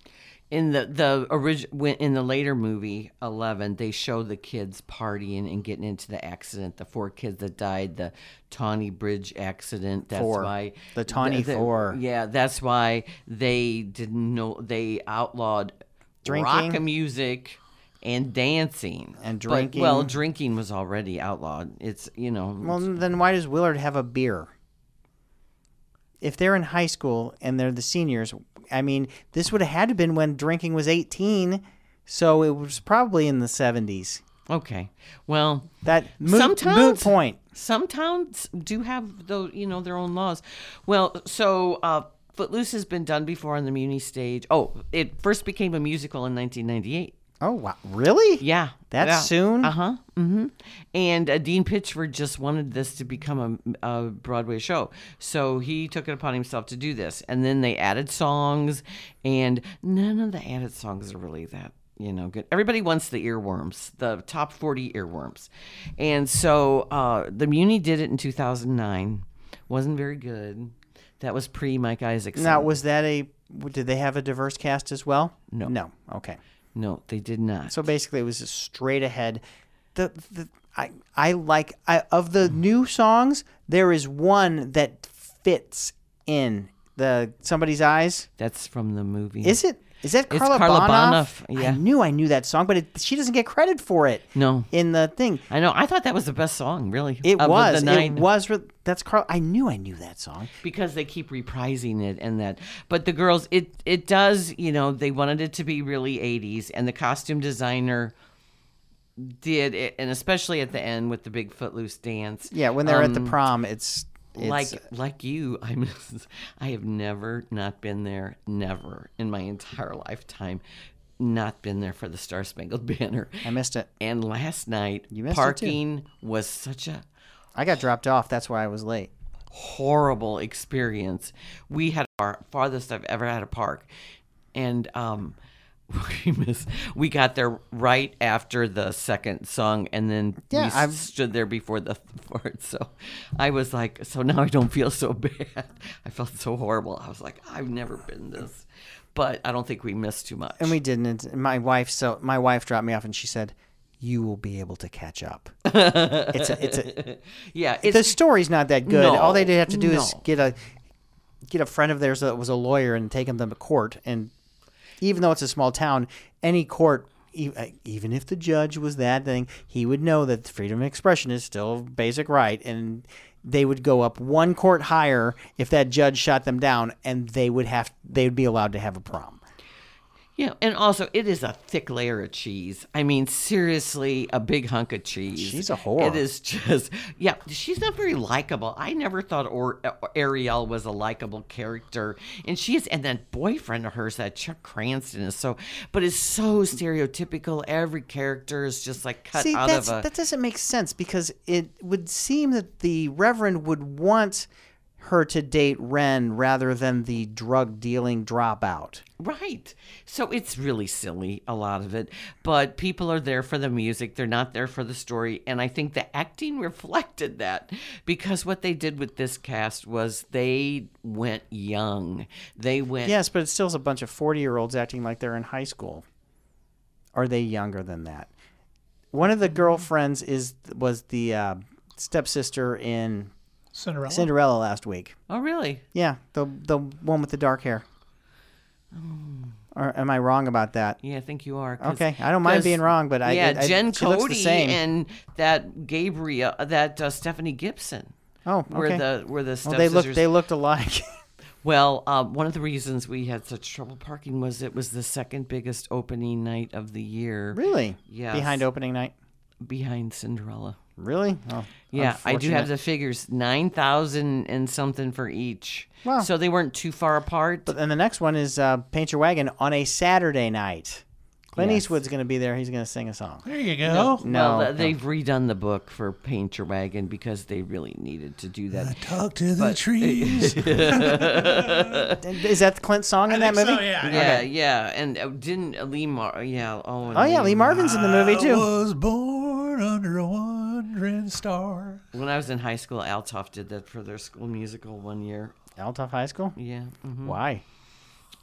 in the the original in the later movie 11 they show the kids partying and getting into the accident the four kids that died the tawny bridge accident that's
Four.
why
The Tawny Four.
yeah that's why they didn't know they outlawed rock
Drinking.
music and dancing
And
But- well
drinking.
drinking was already outlawed it's you know
Well, then why does Willard have a beer? If they're in high school and they're the seniors, I mean, this would have had to been when drinking was 18. So it was probably in the 70s.
okay well
That moot,
Some
moot
towns-
point.
Some towns do have though you know their own laws. Well, so uh, Footloose has been done before on the Muni stage. Oh, it first became a musical in 1998.
Oh wow! Really?
Yeah,
That's soon?
Uh huh. hmm And uh, Dean Pitchford just wanted this to become a, a Broadway show, so he took it upon himself to do this. And then they added songs, and none of the added songs are really that you know good. Everybody wants the earworms, the top 40 earworms, and so uh, the Muni did it in 2009. Wasn't very good. That was pre Mike Isaacson.
Now was that a? Did they have a diverse cast as well?
No.
No. Okay.
no, they did not.
So basically, it was just straight ahead. The the I I like I of the new songs. There is one that fits in the somebody's eyes.
That's from the movie.
Is it? Is that
It's
Carla,
Carla
Bonoff?
Bonoff, yeah.
I knew I knew that song, but it, she doesn't get credit for it.
No.
In the thing,
I know. I thought that was the best song, really.
it
of the
was. It
nine,
was. re- That's Carl. I knew I knew that song.
because they keep reprising it and that. But the girls, it it does. You know, they wanted it to be really '80s, and the costume designer did it, and especially at the end with the big footloose dance.
Yeah. When they're at the prom, it's. it's
Um, like like you, I'm. I have never not been there, never in my entire lifetime, not been there for the Star Spangled Banner.
I missed it.
And last night,
missed it, too.
parking was such a
I got dropped off. That's why I was late.
horrible experience. We had our farthest I've ever had a park, and um, we miss, we got there right after the second song, and then
Yeah,
we
I've-
stood there before the third. So I was like, so now I don't feel so bad. I felt so horrible. I was like, I've never been this, but I don't think we missed too much.
And we didn't. It's- My wife. So my wife dropped me off, and she said, "You will be able to catch up." it's a, it's a,
yeah, it's
the story's not that good. All they did have to do is
No.
get a get a friend of theirs that was a lawyer and take them to court. And even though it's a small town, any court. e- uh, Even if the judge was that thing, he would know that freedom of expression is still a basic right, and they would go up one court higher if that judge shot them down, and they would have they would be allowed to have a prom.
Yeah, and also it is a thick layer of cheese. I mean, seriously, a big hunk of cheese.
She's a whore.
It is just yeah. She's not very likable. I never thought or, uh, Ariel was a likable character, and she is. And that boyfriend of hers, that Chuck Cranston, is so, but it's so stereotypical. Every character is just like cut
See,
out
that's,
of a.
that doesn't make sense because it would seem that the Reverend would want her to date Ren rather than the drug dealing dropout.
Right. So it's really silly, a lot of it. But people are there for the music, they're not there for the story. And I think the acting reflected that because what they did with this cast was they went young. They went.
Yes, but it still is a bunch of 40 year olds acting like they're in high school. Are they younger than that? One of the girlfriends is was the uh, stepsister in
Cinderella.
Cinderella last week.
Oh, really?
Yeah, the the one with the dark hair. Or am I wrong about that?
Yeah, I think you are. 'cause-
Okay, I don't mind
'cause-
being wrong, but I
yeah,
it- I-
Jen
she
Cody
looks the same.
and that Gabriel, that uh, Stephanie Gibson.
oh, okay.
Were the were the
well, they
stepsisters.
looked they looked alike.
Well, um, one of the reasons we had such trouble parking was it was the second biggest opening night of the year
really?
Yes.
Behind opening night.
behind Cinderella.
Really? Oh,
Yeah, I do have
unfortunate.
the figures 9,000 and something for each.
Wow.
So they weren't too far apart.
But then the next one is uh, Paint Your Wagon on a Saturday night. Clint
Yes.
Eastwood's going to be there. He's going to sing a song.
There you go.
well,
No,
th-
no.
they've redone the book for Paint Your Wagon because they really needed to do that.
Talk to the trees.
Is that Clint's song in
I
that
think so,
movie?
Yeah,
yeah.
yeah, and uh, didn't uh, Lee Mar? Yeah, oh, and
Oh yeah, Lee Marvin's in the movie
I
too.
was born under a wandering star.
When I was in high school, Altoff did that for their school musical one year.
Altoff High School.
Yeah, mhm.
Why?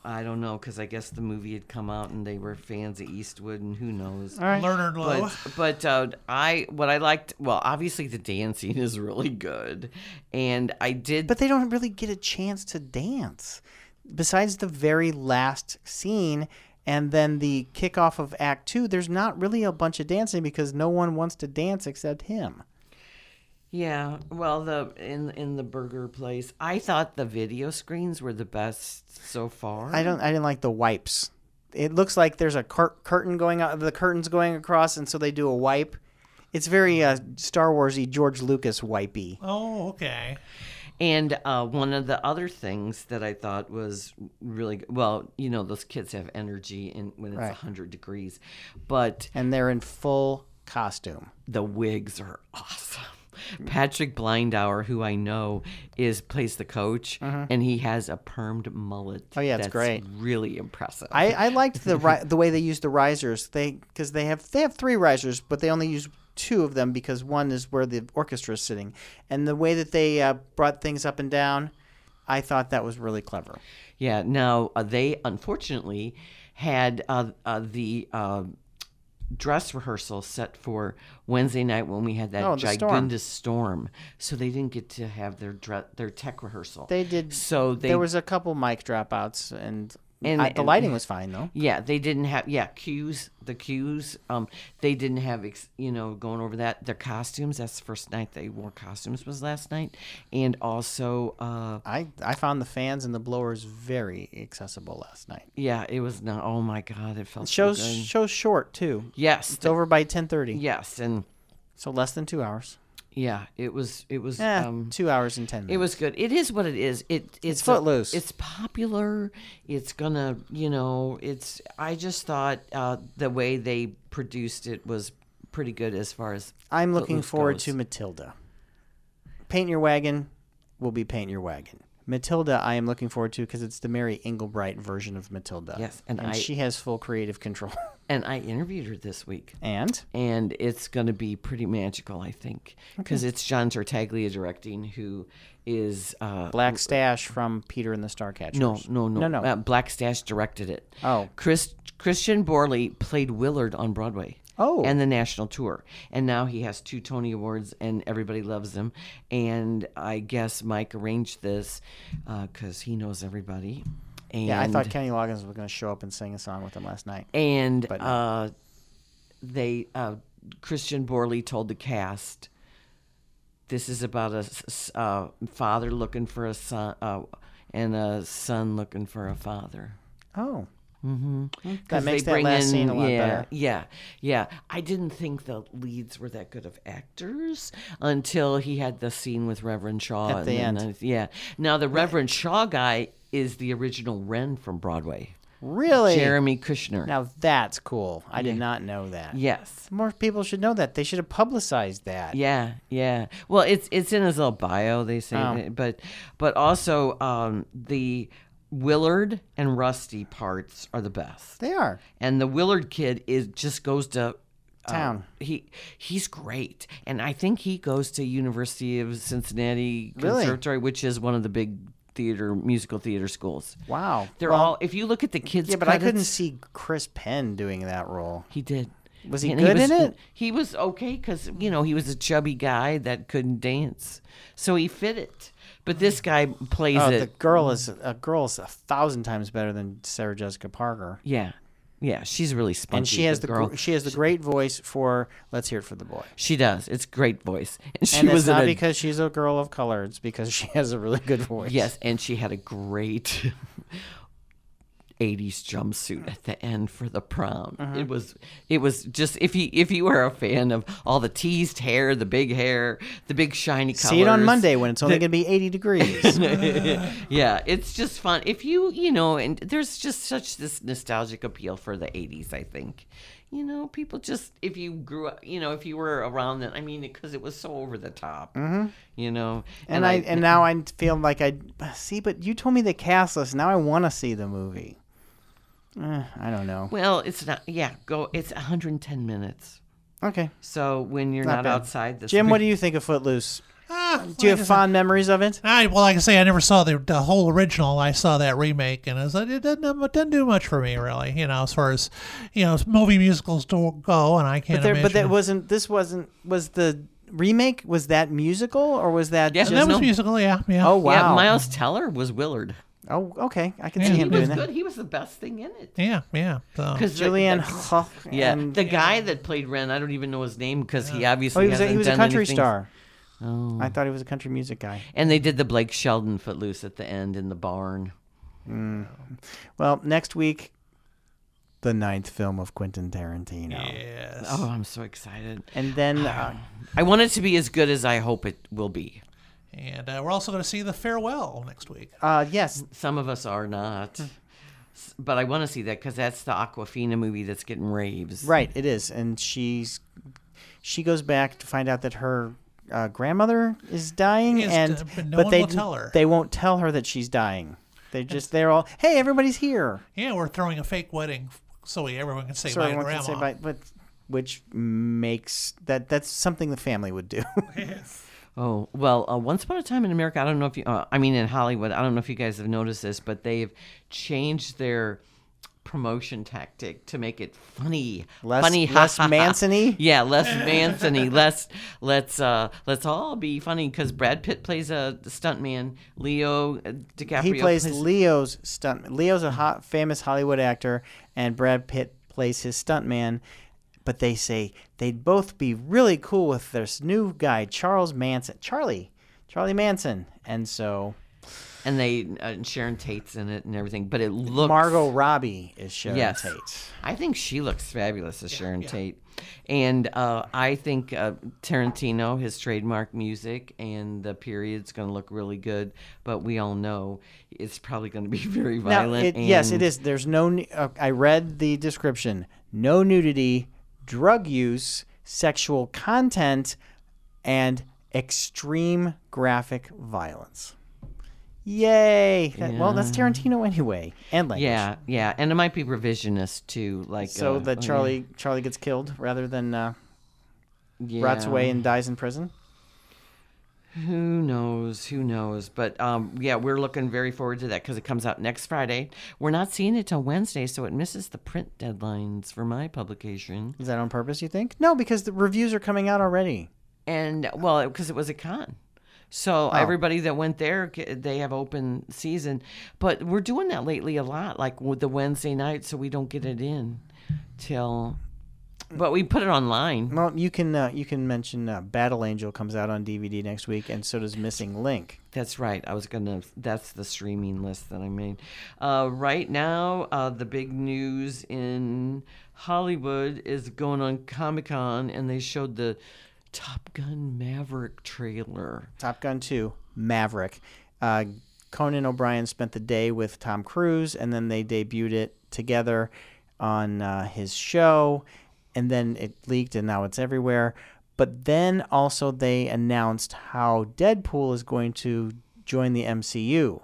I don't know because I guess the movie had come out and they were fans of Eastwood and who knows.
All right.
Learner low.
But but uh, I what I liked well obviously the dancing is really good, and I did
But they don't really get a chance to dance, besides the very last scene. And then the kickoff of Act Two, there's not really a bunch of dancing because no one wants to dance except him.
yeah well the in in the burger place I thought the video screens were the best so far.
I don't. I didn't like the wipes. It looks like there's a cur- curtain going out. The curtain's going across, and so they do a wipe. It's very uh, Star Warsy, George Lucas wipey.
Oh, okay.
And uh, one of the other things that I thought was really g- well, you know, those kids have energy in, when it's a
Right.
100 degrees, but
And they're in full costume.
the wigs are awesome. Patrick Blindauer, who I know is plays the coach, and he has a permed mullet.
Uh-huh. Oh, yeah, it's
that's
great.
Really impressive.
I, I liked the ri- the way they used the risers. They because they have they have three risers, but they only use two of them because one is where the orchestra is sitting, and the way that they uh, brought things up and down. I thought that was really clever.
yeah. Now uh, they unfortunately had uh, uh, the. Uh, Dress rehearsal set for Wednesday night when we had that
Oh, the storm.
gigantous storm. so they didn't get to have their dre- their tech rehearsal.
They did.
so they
there was a couple mic dropouts, and,
And-
I, the
and-
lighting was fine though.
Yeah, they didn't have yeah cues the cues. Um, they didn't have ex, you know going over that their costumes. That's the first night they wore costumes was last night, and also uh,
I I found the fans and the blowers very accessible last night.
yeah it was not. Oh my god, it felt
Show's
so good.
show's short too.
Yes,
It's over by ten thirty,
yes, and
so less than two hours.
yeah, it was it was
Eh,
um,
two hours and ten. Minutes.
it was good. It is what it is. It it's, a-
footloose.
it's popular. It's gonna you know it's. I just thought uh, the way they produced it was pretty good as far as
I'm looking
Footloose
forward
goes.
to Matilda. Paint Your Wagon will be Paint Your Wagon. Matilda, I am looking forward to because it's the Mary Englebright version of Matilda.
Yes, and I-
she has full creative control.
and I interviewed her this week.
and
and it's going to be pretty magical, I think, because it's John Tartaglia directing, who is uh,
Black Stash from Peter and the Starcatchers.
No, no, no,
No, no.
Uh, Black Stash directed it.
Oh.
Chris Christian Borley played Willard on Broadway.
Oh.
and the national tour, and now he has two Tony Awards, and everybody loves him. And I guess Mike arranged this because he knows everybody. And
Yeah, I thought Kenny Loggins was going to show up and sing a song with him last night.
and
But no.
uh, they uh, Christian Borley told the cast, "This is about a s- s- uh, father looking for a son uh, and a son looking for a father."
Oh. Mm-hmm.
'Cause
That makes
they
that
bring
last
in-
scene a lot
yeah,
better.
Yeah, yeah. I didn't think the leads were that good of actors until he had the scene with Reverend Shaw
At the
then
end.
I- yeah. Now the Reverend Shaw guy is the original Wren from Broadway.
Really?
Jeremy Kushner.
Now that's cool. I did not know that.
yes.
More people should know that. They should have publicized that.
Yeah, yeah. Well, it's it's in his little bio. They say,
Oh.
that, but but also um, the Willard and Rusty parts are the best,
They are.
and the Willard kid is just goes to. uh,
Town.
he he's great, and I think he goes to University of Cincinnati
Really?
Conservatory, which is one of the big theater musical theater schools.
Wow.
They're all. If you look at the kids,
Yeah, but I couldn't
credits-
see Chris Penn doing that role.
He did.
Was he
And
good
was,
in it?
He was okay because you know he was a chubby guy that couldn't dance, so he fit it. But this guy plays
Oh,
it.
the girl is a girl's a thousand times better than Sarah Jessica Parker,
yeah, yeah, she's really spunky.
and she has
the
the,
girl.
gr- she has the great voice for "Let's Hear It for the Boy."
she does. It's great voice, and she
And it's
was in
not
a-
because she's a girl of color; it's because she has a really good voice.
yes, and she had a great. 80s jumpsuit at the end for the prom.
Uh-huh.
It was it was just if you if you were a fan of all the teased hair, the big hair, the big shiny colors.
See it on Monday when it's only going to be eighty degrees.
yeah, it's just fun. If you, you know, and there's just such this nostalgic appeal for the 80s, I think. You know, people just, if you grew up, you know, if you were around then, I mean, because it was so over the top, you know.
Mm-hmm. and I and now I feel like I see, but you told me the cast list. Now I want to see the movie. Eh, I don't know.
well, it's not, yeah, go, it's 110 minutes.
Okay,
So when you're
Not
not,
bad.
outside this.
Jim, what do you think of Footloose?
Ah,
Do you have fond memories of it?
I, well, like I say, I never saw the, the whole original. I saw that remake, and I was like, it doesn't, it doesn't do much for me, really. You know, as far as you know, movie musicals do go, and I can't.
But there, but
imagine-
that wasn't. This wasn't. Was the remake? Was that musical or was that?
Yeah,
just,
And that was
no-
musical, yeah, yeah.
oh
Yeah,
wow.
Miles Teller was Willard.
oh okay. I can see
Yeah.
He
him
was
doing that.
good. He was the best thing in it.
yeah, yeah. So.
Because
Julianne Hough.
Yeah,
and-
the guy that played Ren, I don't even know his name because he
oh,
obviously
he was a,
hasn't
he was a
done
country
anything-
star. Oh. I thought he was a country music guy.
And they did the Blake Sheldon footloose at the end in the barn.
Well, next week, the ninth film of Quentin Tarantino,
Yes.
Oh, I'm so excited.
and then
Ah.
uh,
I want it to be as good as I hope it will be.
And uh, we're also going to see The Farewell next week.
uh, yes,
Some of us are not. S- But I want to see that because that's the Aquafina movie that's getting raves.
right, it is, and she's she goes back to find out that her. Uh, grandmother is dying,
Is d-
and
but no one
they
will tell her.
they won't tell her that she's dying. They're just they're all hey, everybody's here.
Yeah, we're throwing a fake wedding so we, everyone can say
So
bye to
everyone
grandma.
can say bye, but which makes that that's something the family would do.
Oh, well, uh, Once Upon a Time in America, I don't know if you, uh, I mean, in Hollywood, I don't know if you guys have noticed this, but they've changed their promotion tactic to make it funny.
Less-
funny, ha,
less
ha, ha.
Manson-y?
Yeah, less Manson-y. less, let's, uh, let's all be funny because Brad Pitt plays a stuntman, Leo uh, DiCaprio.
he plays Leo's stunt. Leo's a hot, famous Hollywood actor, and Brad Pitt plays his stuntman. But they say they'd both be really cool with this new guy, Charles Manson, Charlie, Charlie Manson, and so
and they uh, Sharon Tate's in it and everything, but it looks
Margot Robbie is Sharon
Yes.
Tate.
I think she looks fabulous as Sharon Tate, and uh, I think uh, Tarantino, his trademark music and the period's going to look really good. But we all know it's probably going to be very
Now,
violent.
it, yes, it
and-
is. There's no. nu- Uh, I read the description. No nudity, drug use, sexual content, and extreme graphic violence. Yay! That- Well, that's Tarantino anyway, and language.
Yeah, yeah, and it might be revisionist too. Like
So
uh,
that
oh,
Charlie Charlie gets killed rather than uh,
yeah.
rots away and dies in prison.
Who knows? Who knows? But um, yeah, we're looking very forward to that because it comes out next Friday. We're not seeing it till Wednesday, so it misses the print deadlines for my publication.
Is that on purpose? You think? No, because the reviews are coming out already.
And well, because it was a con. So everybody that went there, g- they have open season. But we're doing that lately a lot, like with the Wednesday night, so we don't get it in till. But we put it online.
Well, you can uh, you can mention uh, Battle Angel comes out on DVD next week, and so does Missing Link.
That's right. I was gonna. That's the streaming list that I made. Uh, right now, uh, the big news in Hollywood is going on Comic Con, and they showed the Top Gun Maverick trailer.
Top Gun 2, Maverick. Uh, Conan O'Brien spent the day with Tom Cruise, and then they debuted it together on uh, his show, and then it leaked, and now it's everywhere. But then also they announced how Deadpool is going to join the MCU.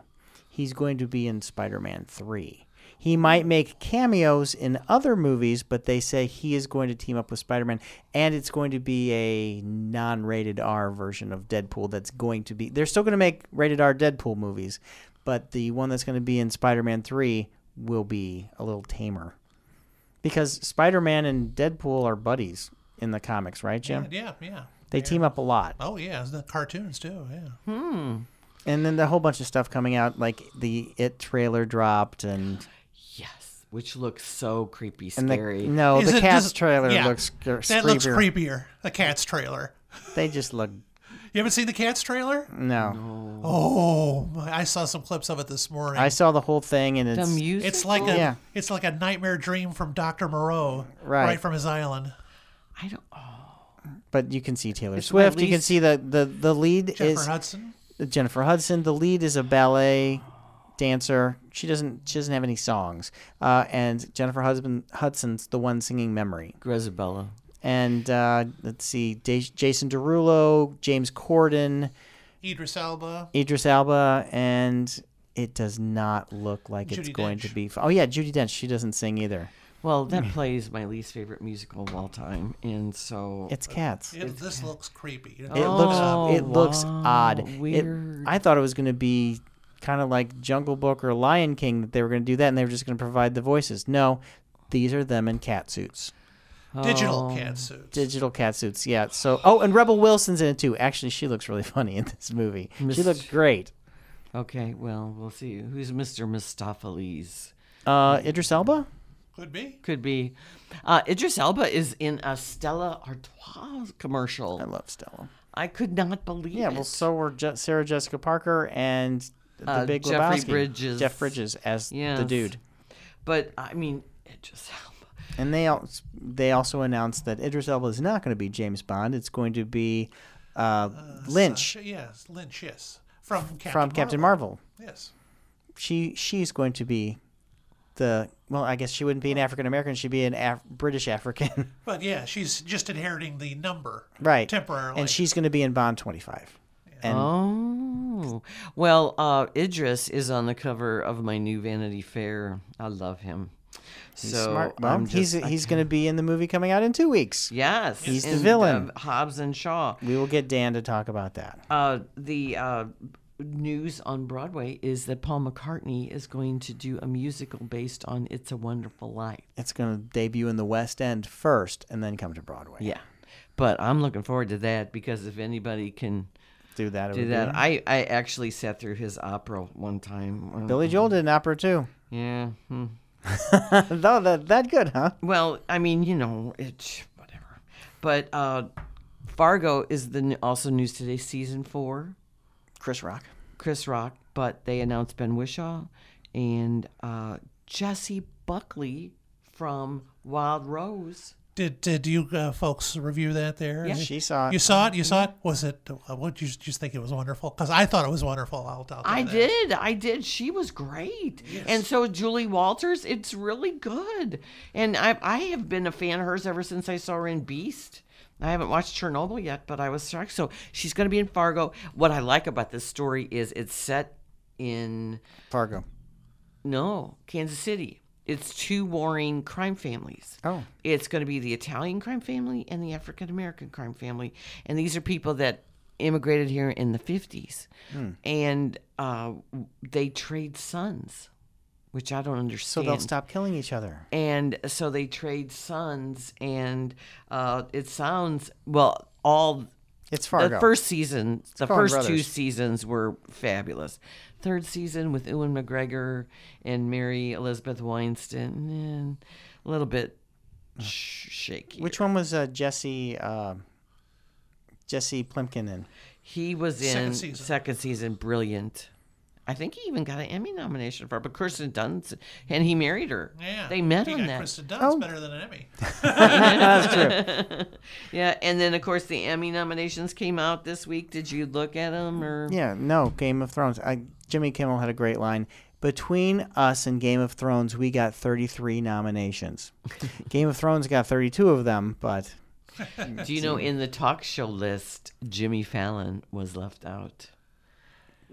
He's going to be in Spider Man 3. He might make cameos in other movies, but they say he is going to team up with Spider Man, and it's going to be a non rated R version of Deadpool that's going to be. They're still going to make rated R Deadpool movies, but the one that's going to be in Spider Man 3 will be a little tamer. Because Spider Man and Deadpool are buddies in the comics, right, Jim?
Yeah, yeah.
They Hmm. team up a lot.
Oh yeah, the cartoons too. Yeah.
And then the whole bunch of stuff coming out, like the It trailer dropped, and
Yes, which looks so creepy,
and the,
scary.
no,
Is
Oh, the
it-
Cats
does-
trailer
yeah.
looks cre-
That looks
creepier.
creepier. The Cats trailer.
They just look
You haven't seen the Cats trailer?
no.
Oh, my- I saw some clips of it this morning.
I saw the whole thing, and
the
it's
music.
it's like a
Yeah.
it's like a nightmare dream from Doctor Moreau,
Right.
from his island.
I don't. Oh,
but you can see Taylor
my
Swift. You can
least-
see the the the lead
Jennifer
is
Hudson.
Jennifer Hudson. The lead is a ballet dancer. She doesn't she doesn't have any songs, uh, and Jennifer Husband, Hudson's the one singing "Memory."
Grisabella.
And uh, let's see, Da- Jason Derulo, James Corden.
Idris Elba.
Idris Alba, and it does not look like it's
Judi
going
Dench.
to be. Oh yeah, Judy Dench. She doesn't sing either.
Well,
Mm.
that play is my least favorite musical of all time, and so
It's cats. It,
It, this looks creepy. Uh, It
looks.
Oh,
it looks
wow.
odd. It-
Weird.
I thought it was going to be kind of like Jungle Book or Lion King that they were going to do that, and they were just going to provide the voices. No, these are them in cat suits.
oh,
Oh.
digital cat suits.
Digital cat suits, yeah. So, oh, and Rebel Wilson's in it too. Actually, she looks really funny in this movie. She
Miss-
looks great.
okay. Well, we'll see. Who's Mr. Mistopheles?
Uh, Idris Elba.
Could be.
Could be. Uh, Idris Elba is in a Stella Artois commercial.
I love Stella.
I could not believe
Yeah,
it.
well, so were Je- Sarah Jessica Parker and the
Uh,
Big
Jeffrey
Lebowski.
Bridges.
Jeff Bridges as the
Yes.
dude,
but I mean, Idris Elba.
and they al- they also announced that Idris Elba is not going to be James Bond. It's going to be uh, Lynch
Uh, yes, Lynch. Yes, from Captain
from Captain Marvel.
Yes.
She she's going to be the well, I guess she wouldn't be an African American. She'd be an Af- British African,
But yeah, she's just inheriting the number
right?
temporarily.
and she's going to be in Bond twenty five. And
Oh. Well, uh, Idris is on the cover of my new Vanity Fair. I love him.
he's
so
smart. Well,
I'm
he's
just-
he's going to be in the movie coming out in two weeks.
Yes,
he's the
in,
villain.
uh, Hobbs and Shaw.
We will get Dan to talk about that.
Uh, the uh, news on Broadway is that Paul McCartney is going to do a musical based on "It's a Wonderful Life."
It's going to debut in the West End first and then come to Broadway.
Yeah, but I'm looking forward to that because if anybody can
Do that. it
do
would
that,
be-
I I actually sat through his opera one time.
Billy Joel did an opera too.
Yeah. hmm.
Though that, that good, huh?
Well, I mean, you know, it's whatever. But uh, Fargo is the n- also news today, season four.
Chris Rock.
Chris Rock, but they announced Ben Wishaw and uh, Jesse Buckley from Wild Rose.
Did did you uh, folks review that there?
Yeah.
She saw
You
it.
saw it. You saw it. Was it? uh, What did you did you think it was wonderful? Because I thought it was wonderful. I'll tell
I did. I did. She was great. And so Julie Walters, it's really good. And I, I have been a fan of hers ever since I saw her in Beast. I haven't watched Chernobyl yet, but I was struck. So she's going to be in Fargo. What I like about this story is it's set in
Fargo.
No, Kansas City. It's two warring crime families.
Oh.
It's going to be the Italian crime family and the African American crime family. And these are people that immigrated here in the 50s.
Hmm.
And uh, they trade sons, which I don't
So
understand
they'll stop killing each other.
and so they trade sons and uh, it sounds well all
It's Fargo.
the first season the
Coen
first two
Brothers.
seasons were fabulous third season with ewan mcgregor and mary elizabeth weinstein and a little bit sh- shaky
Which one was uh, Jesse uh, Jesse Plimpkin in?
he was in
Second
second season,
season.
brilliant I think he even got an Emmy nomination for it, but Kirsten Dunst, and he married her.
Yeah.
They met
he
on
got
that.
Kristen Dunst better than an Emmy.
Yeah, and then of course the Emmy nominations came out this week. Did you look at them or
Yeah, no, Game of Thrones. I Jimmy Kimmel had a great line. Between us and Game of Thrones, we got 33 nominations. Game of Thrones got 32 of them, but
Do you know in the talk show list, Jimmy Fallon was left out.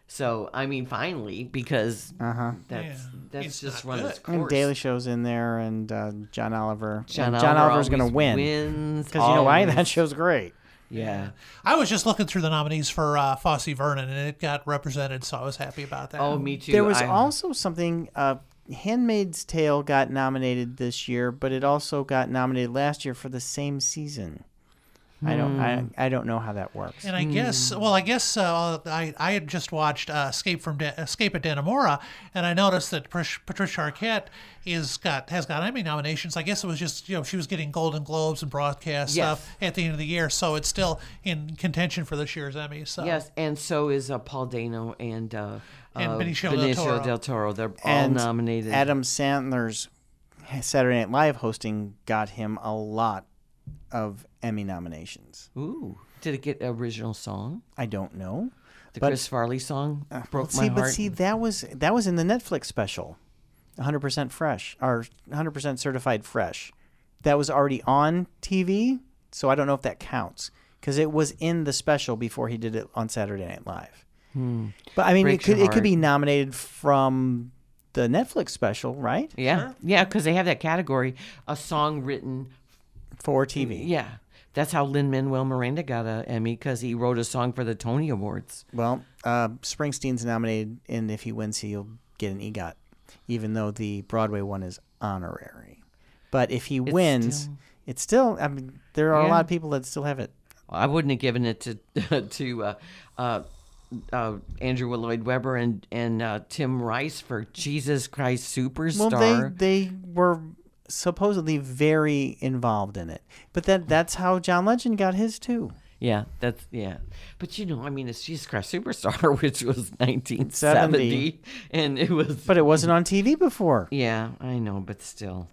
So I mean, finally, because that's
Yeah,
that's
it's
just
not
run its
Uh-huh. and
course.
Daily Show's in there, and uh, John Oliver.
John,
and John Oliver's
going to
win because you know why? That show's great.
yeah.
I was just looking through the nominees for uh, Fosse Vernon, and it got represented, so I was happy about that.
Oh, me too.
There was
I'm-
also something. Uh, Handmaid's Tale got nominated this year, but it also got nominated last year for the same season. I don't.
Hmm.
I, I don't know how that works.
And I guess, well, I guess uh, I I had just watched uh, Escape from Da Escape at Dannemora, and I noticed that Patric- Patricia Arquette is got has got Emmy nominations. I guess it was just you know she was getting Golden Globes and broadcast
Yes.
stuff at the end of the year, so it's still in contention for this year's Emmy. So
Yes, and so is uh, Paul Dano and uh,
And
uh,
Benicio del Toro.
del Toro. They're all
And
nominated.
Adam Sandler's Saturday Night Live hosting got him a lot of Emmy nominations.
Ooh, did it get original song?
I don't know.
The
But- Uh,
Chris Farley song broke
see,
my heart.
but see, that was that was in the Netflix special, 100% fresh or 100% certified fresh. That was already on TV, so I don't know if that counts because it was in the special before he did it on Saturday Night Live. But I mean,
Hmm. Breaks
it could
your
it could be nominated from the Netflix special, right?
yeah, yeah, because they have that category, a song written.
For TV.
Yeah, that's how Lin Manuel Miranda got a Emmy because he wrote a song for the Tony Awards.
Well, uh, Springsteen's nominated, and if he wins, he'll get an EGOT, even though the Broadway one is honorary. But if he wins,
still-
it's still. I mean, there are a
Yeah.
lot of people that still have it.
I wouldn't have given it to to uh, uh, uh, Andrew Lloyd Webber and and uh, Tim Rice for Jesus Christ Superstar.
Well, they they were supposedly very involved in it, but that that's how John Legend got his too.
Yeah, that's yeah. But you know, I mean, it's Jesus Christ Superstar, which was 1970, and it was.
But it wasn't on TV before.
yeah, I know, but still.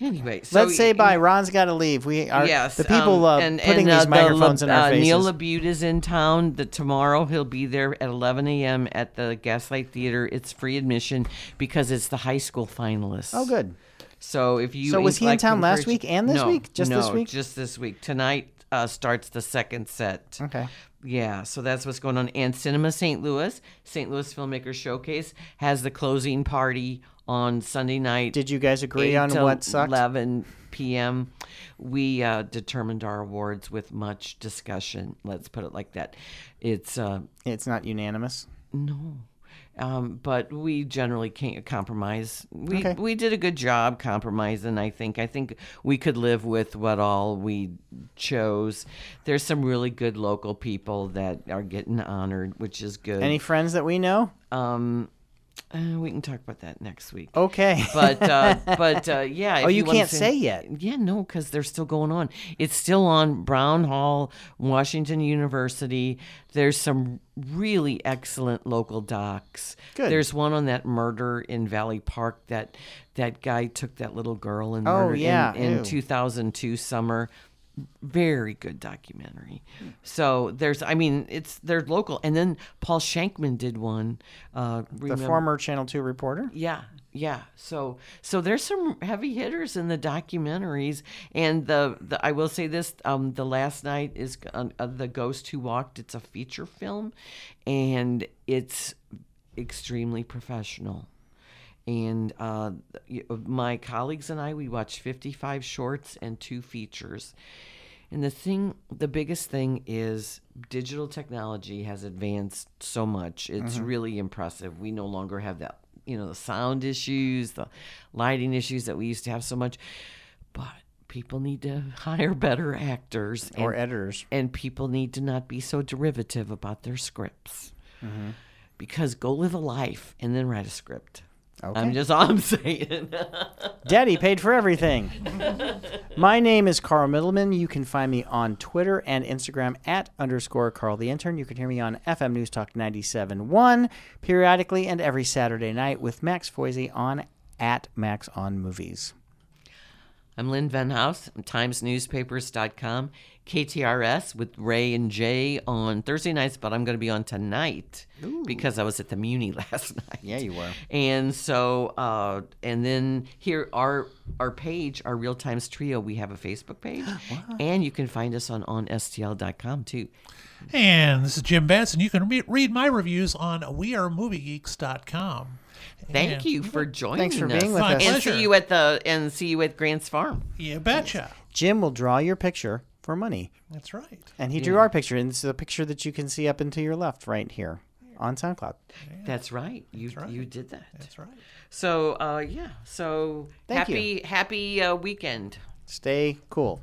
Anyway, so
Let's say bye. Ron's got to leave. We are
Yes,
the people
um,
uh, putting these
the
microphones in
uh,
our faces.
Neil Labute is in town. The tomorrow he'll be there at 11 a.m. at the Gaslight Theater. It's free admission because it's the high school finalists.
oh, good.
So if you
So was he in
like,
town last
encourage-
week and this
No,
week? Just this
no,
week?
Just this week. Tonight uh, starts the second set.
Okay.
Yeah, so that's what's going on. And Cinema St. Louis, St. Louis Filmmaker Showcase, has the closing party on Sunday night.
Did you guys agree
8
on
till
what sucked?
11 p.m. We uh, determined our awards with much discussion. Let's put it like that. It's uh,
It's not unanimous.
no. Um, but we generally can't compromise. We
Okay.
we did a good job compromising. I think. I think we could live with what all we chose. There's some really good local people that are getting honored, which is good.
Any friends that we know?
um, uh, we can talk about that next week.
Okay.
But uh, but uh, yeah.
oh,
if
you,
wanna
can't say yet.
yeah, no, because they're still going on. It's still on Brown Hall, Washington University. There's some really excellent local docs.
Good.
There's one on that murder in Valley Park that that guy took that little girl and
Oh,
murdered
yeah,
in,
ew.
in 2002 summer. Very good documentary. So there's, I mean, it's they're local. And then Paul Shankman did one. Uh,
The
remember-
former Channel 2 reporter.
yeah, yeah. So so there's some heavy hitters in the documentaries, and the, the I will say this: um, the last night is uh, uh, the Ghost Who Walked. It's a feature film, and it's extremely professional. And uh, y- my colleagues and I, we watched 55 shorts and two features. And the thing, the biggest thing is digital technology has advanced so much. It's
Mm-hmm.
really impressive. We no longer have that, you know, the sound issues, the lighting issues that we used to have so much. But people need to hire better actors and
Or editors.
and people need to not be so derivative about their scripts
Mm-hmm.
because go live a life and then write a script i'm
Okay.
just all i'm saying
Daddy paid for everything. My name is Carl Middleman. You can find me on Twitter and Instagram at underscore Carl the Intern. You can hear me on FM News Talk 97.1 periodically and every Saturday night with Max Foisey on at Max on Movies.
I'm Lynn Venhouse, I'm timesnewspapers.com, KTRS with Ray and Jay on Thursday nights, but I'm going to be on tonight because I was at the Muni last night.
Yeah, you were.
And so, uh, and then here our our page, our Real Times Trio, we have a Facebook page, and you can find us on onstl.com too.
And this is Jim Benson. You can re- read my reviews on wearemoviegeeks.com.
Thank you for joining.
Thanks for
us.
being with
My
us.
And
Pleasure.
see you at the and see you at Grant's Farm.
You betcha.
Jim will draw your picture for money.
That's right.
And he drew our picture, and it's the picture that you can see up and to your left right here on SoundCloud.
That's right. You you did that.
That's right.
So uh, yeah. So
Thank you.
happy happy uh, weekend.
Stay cool.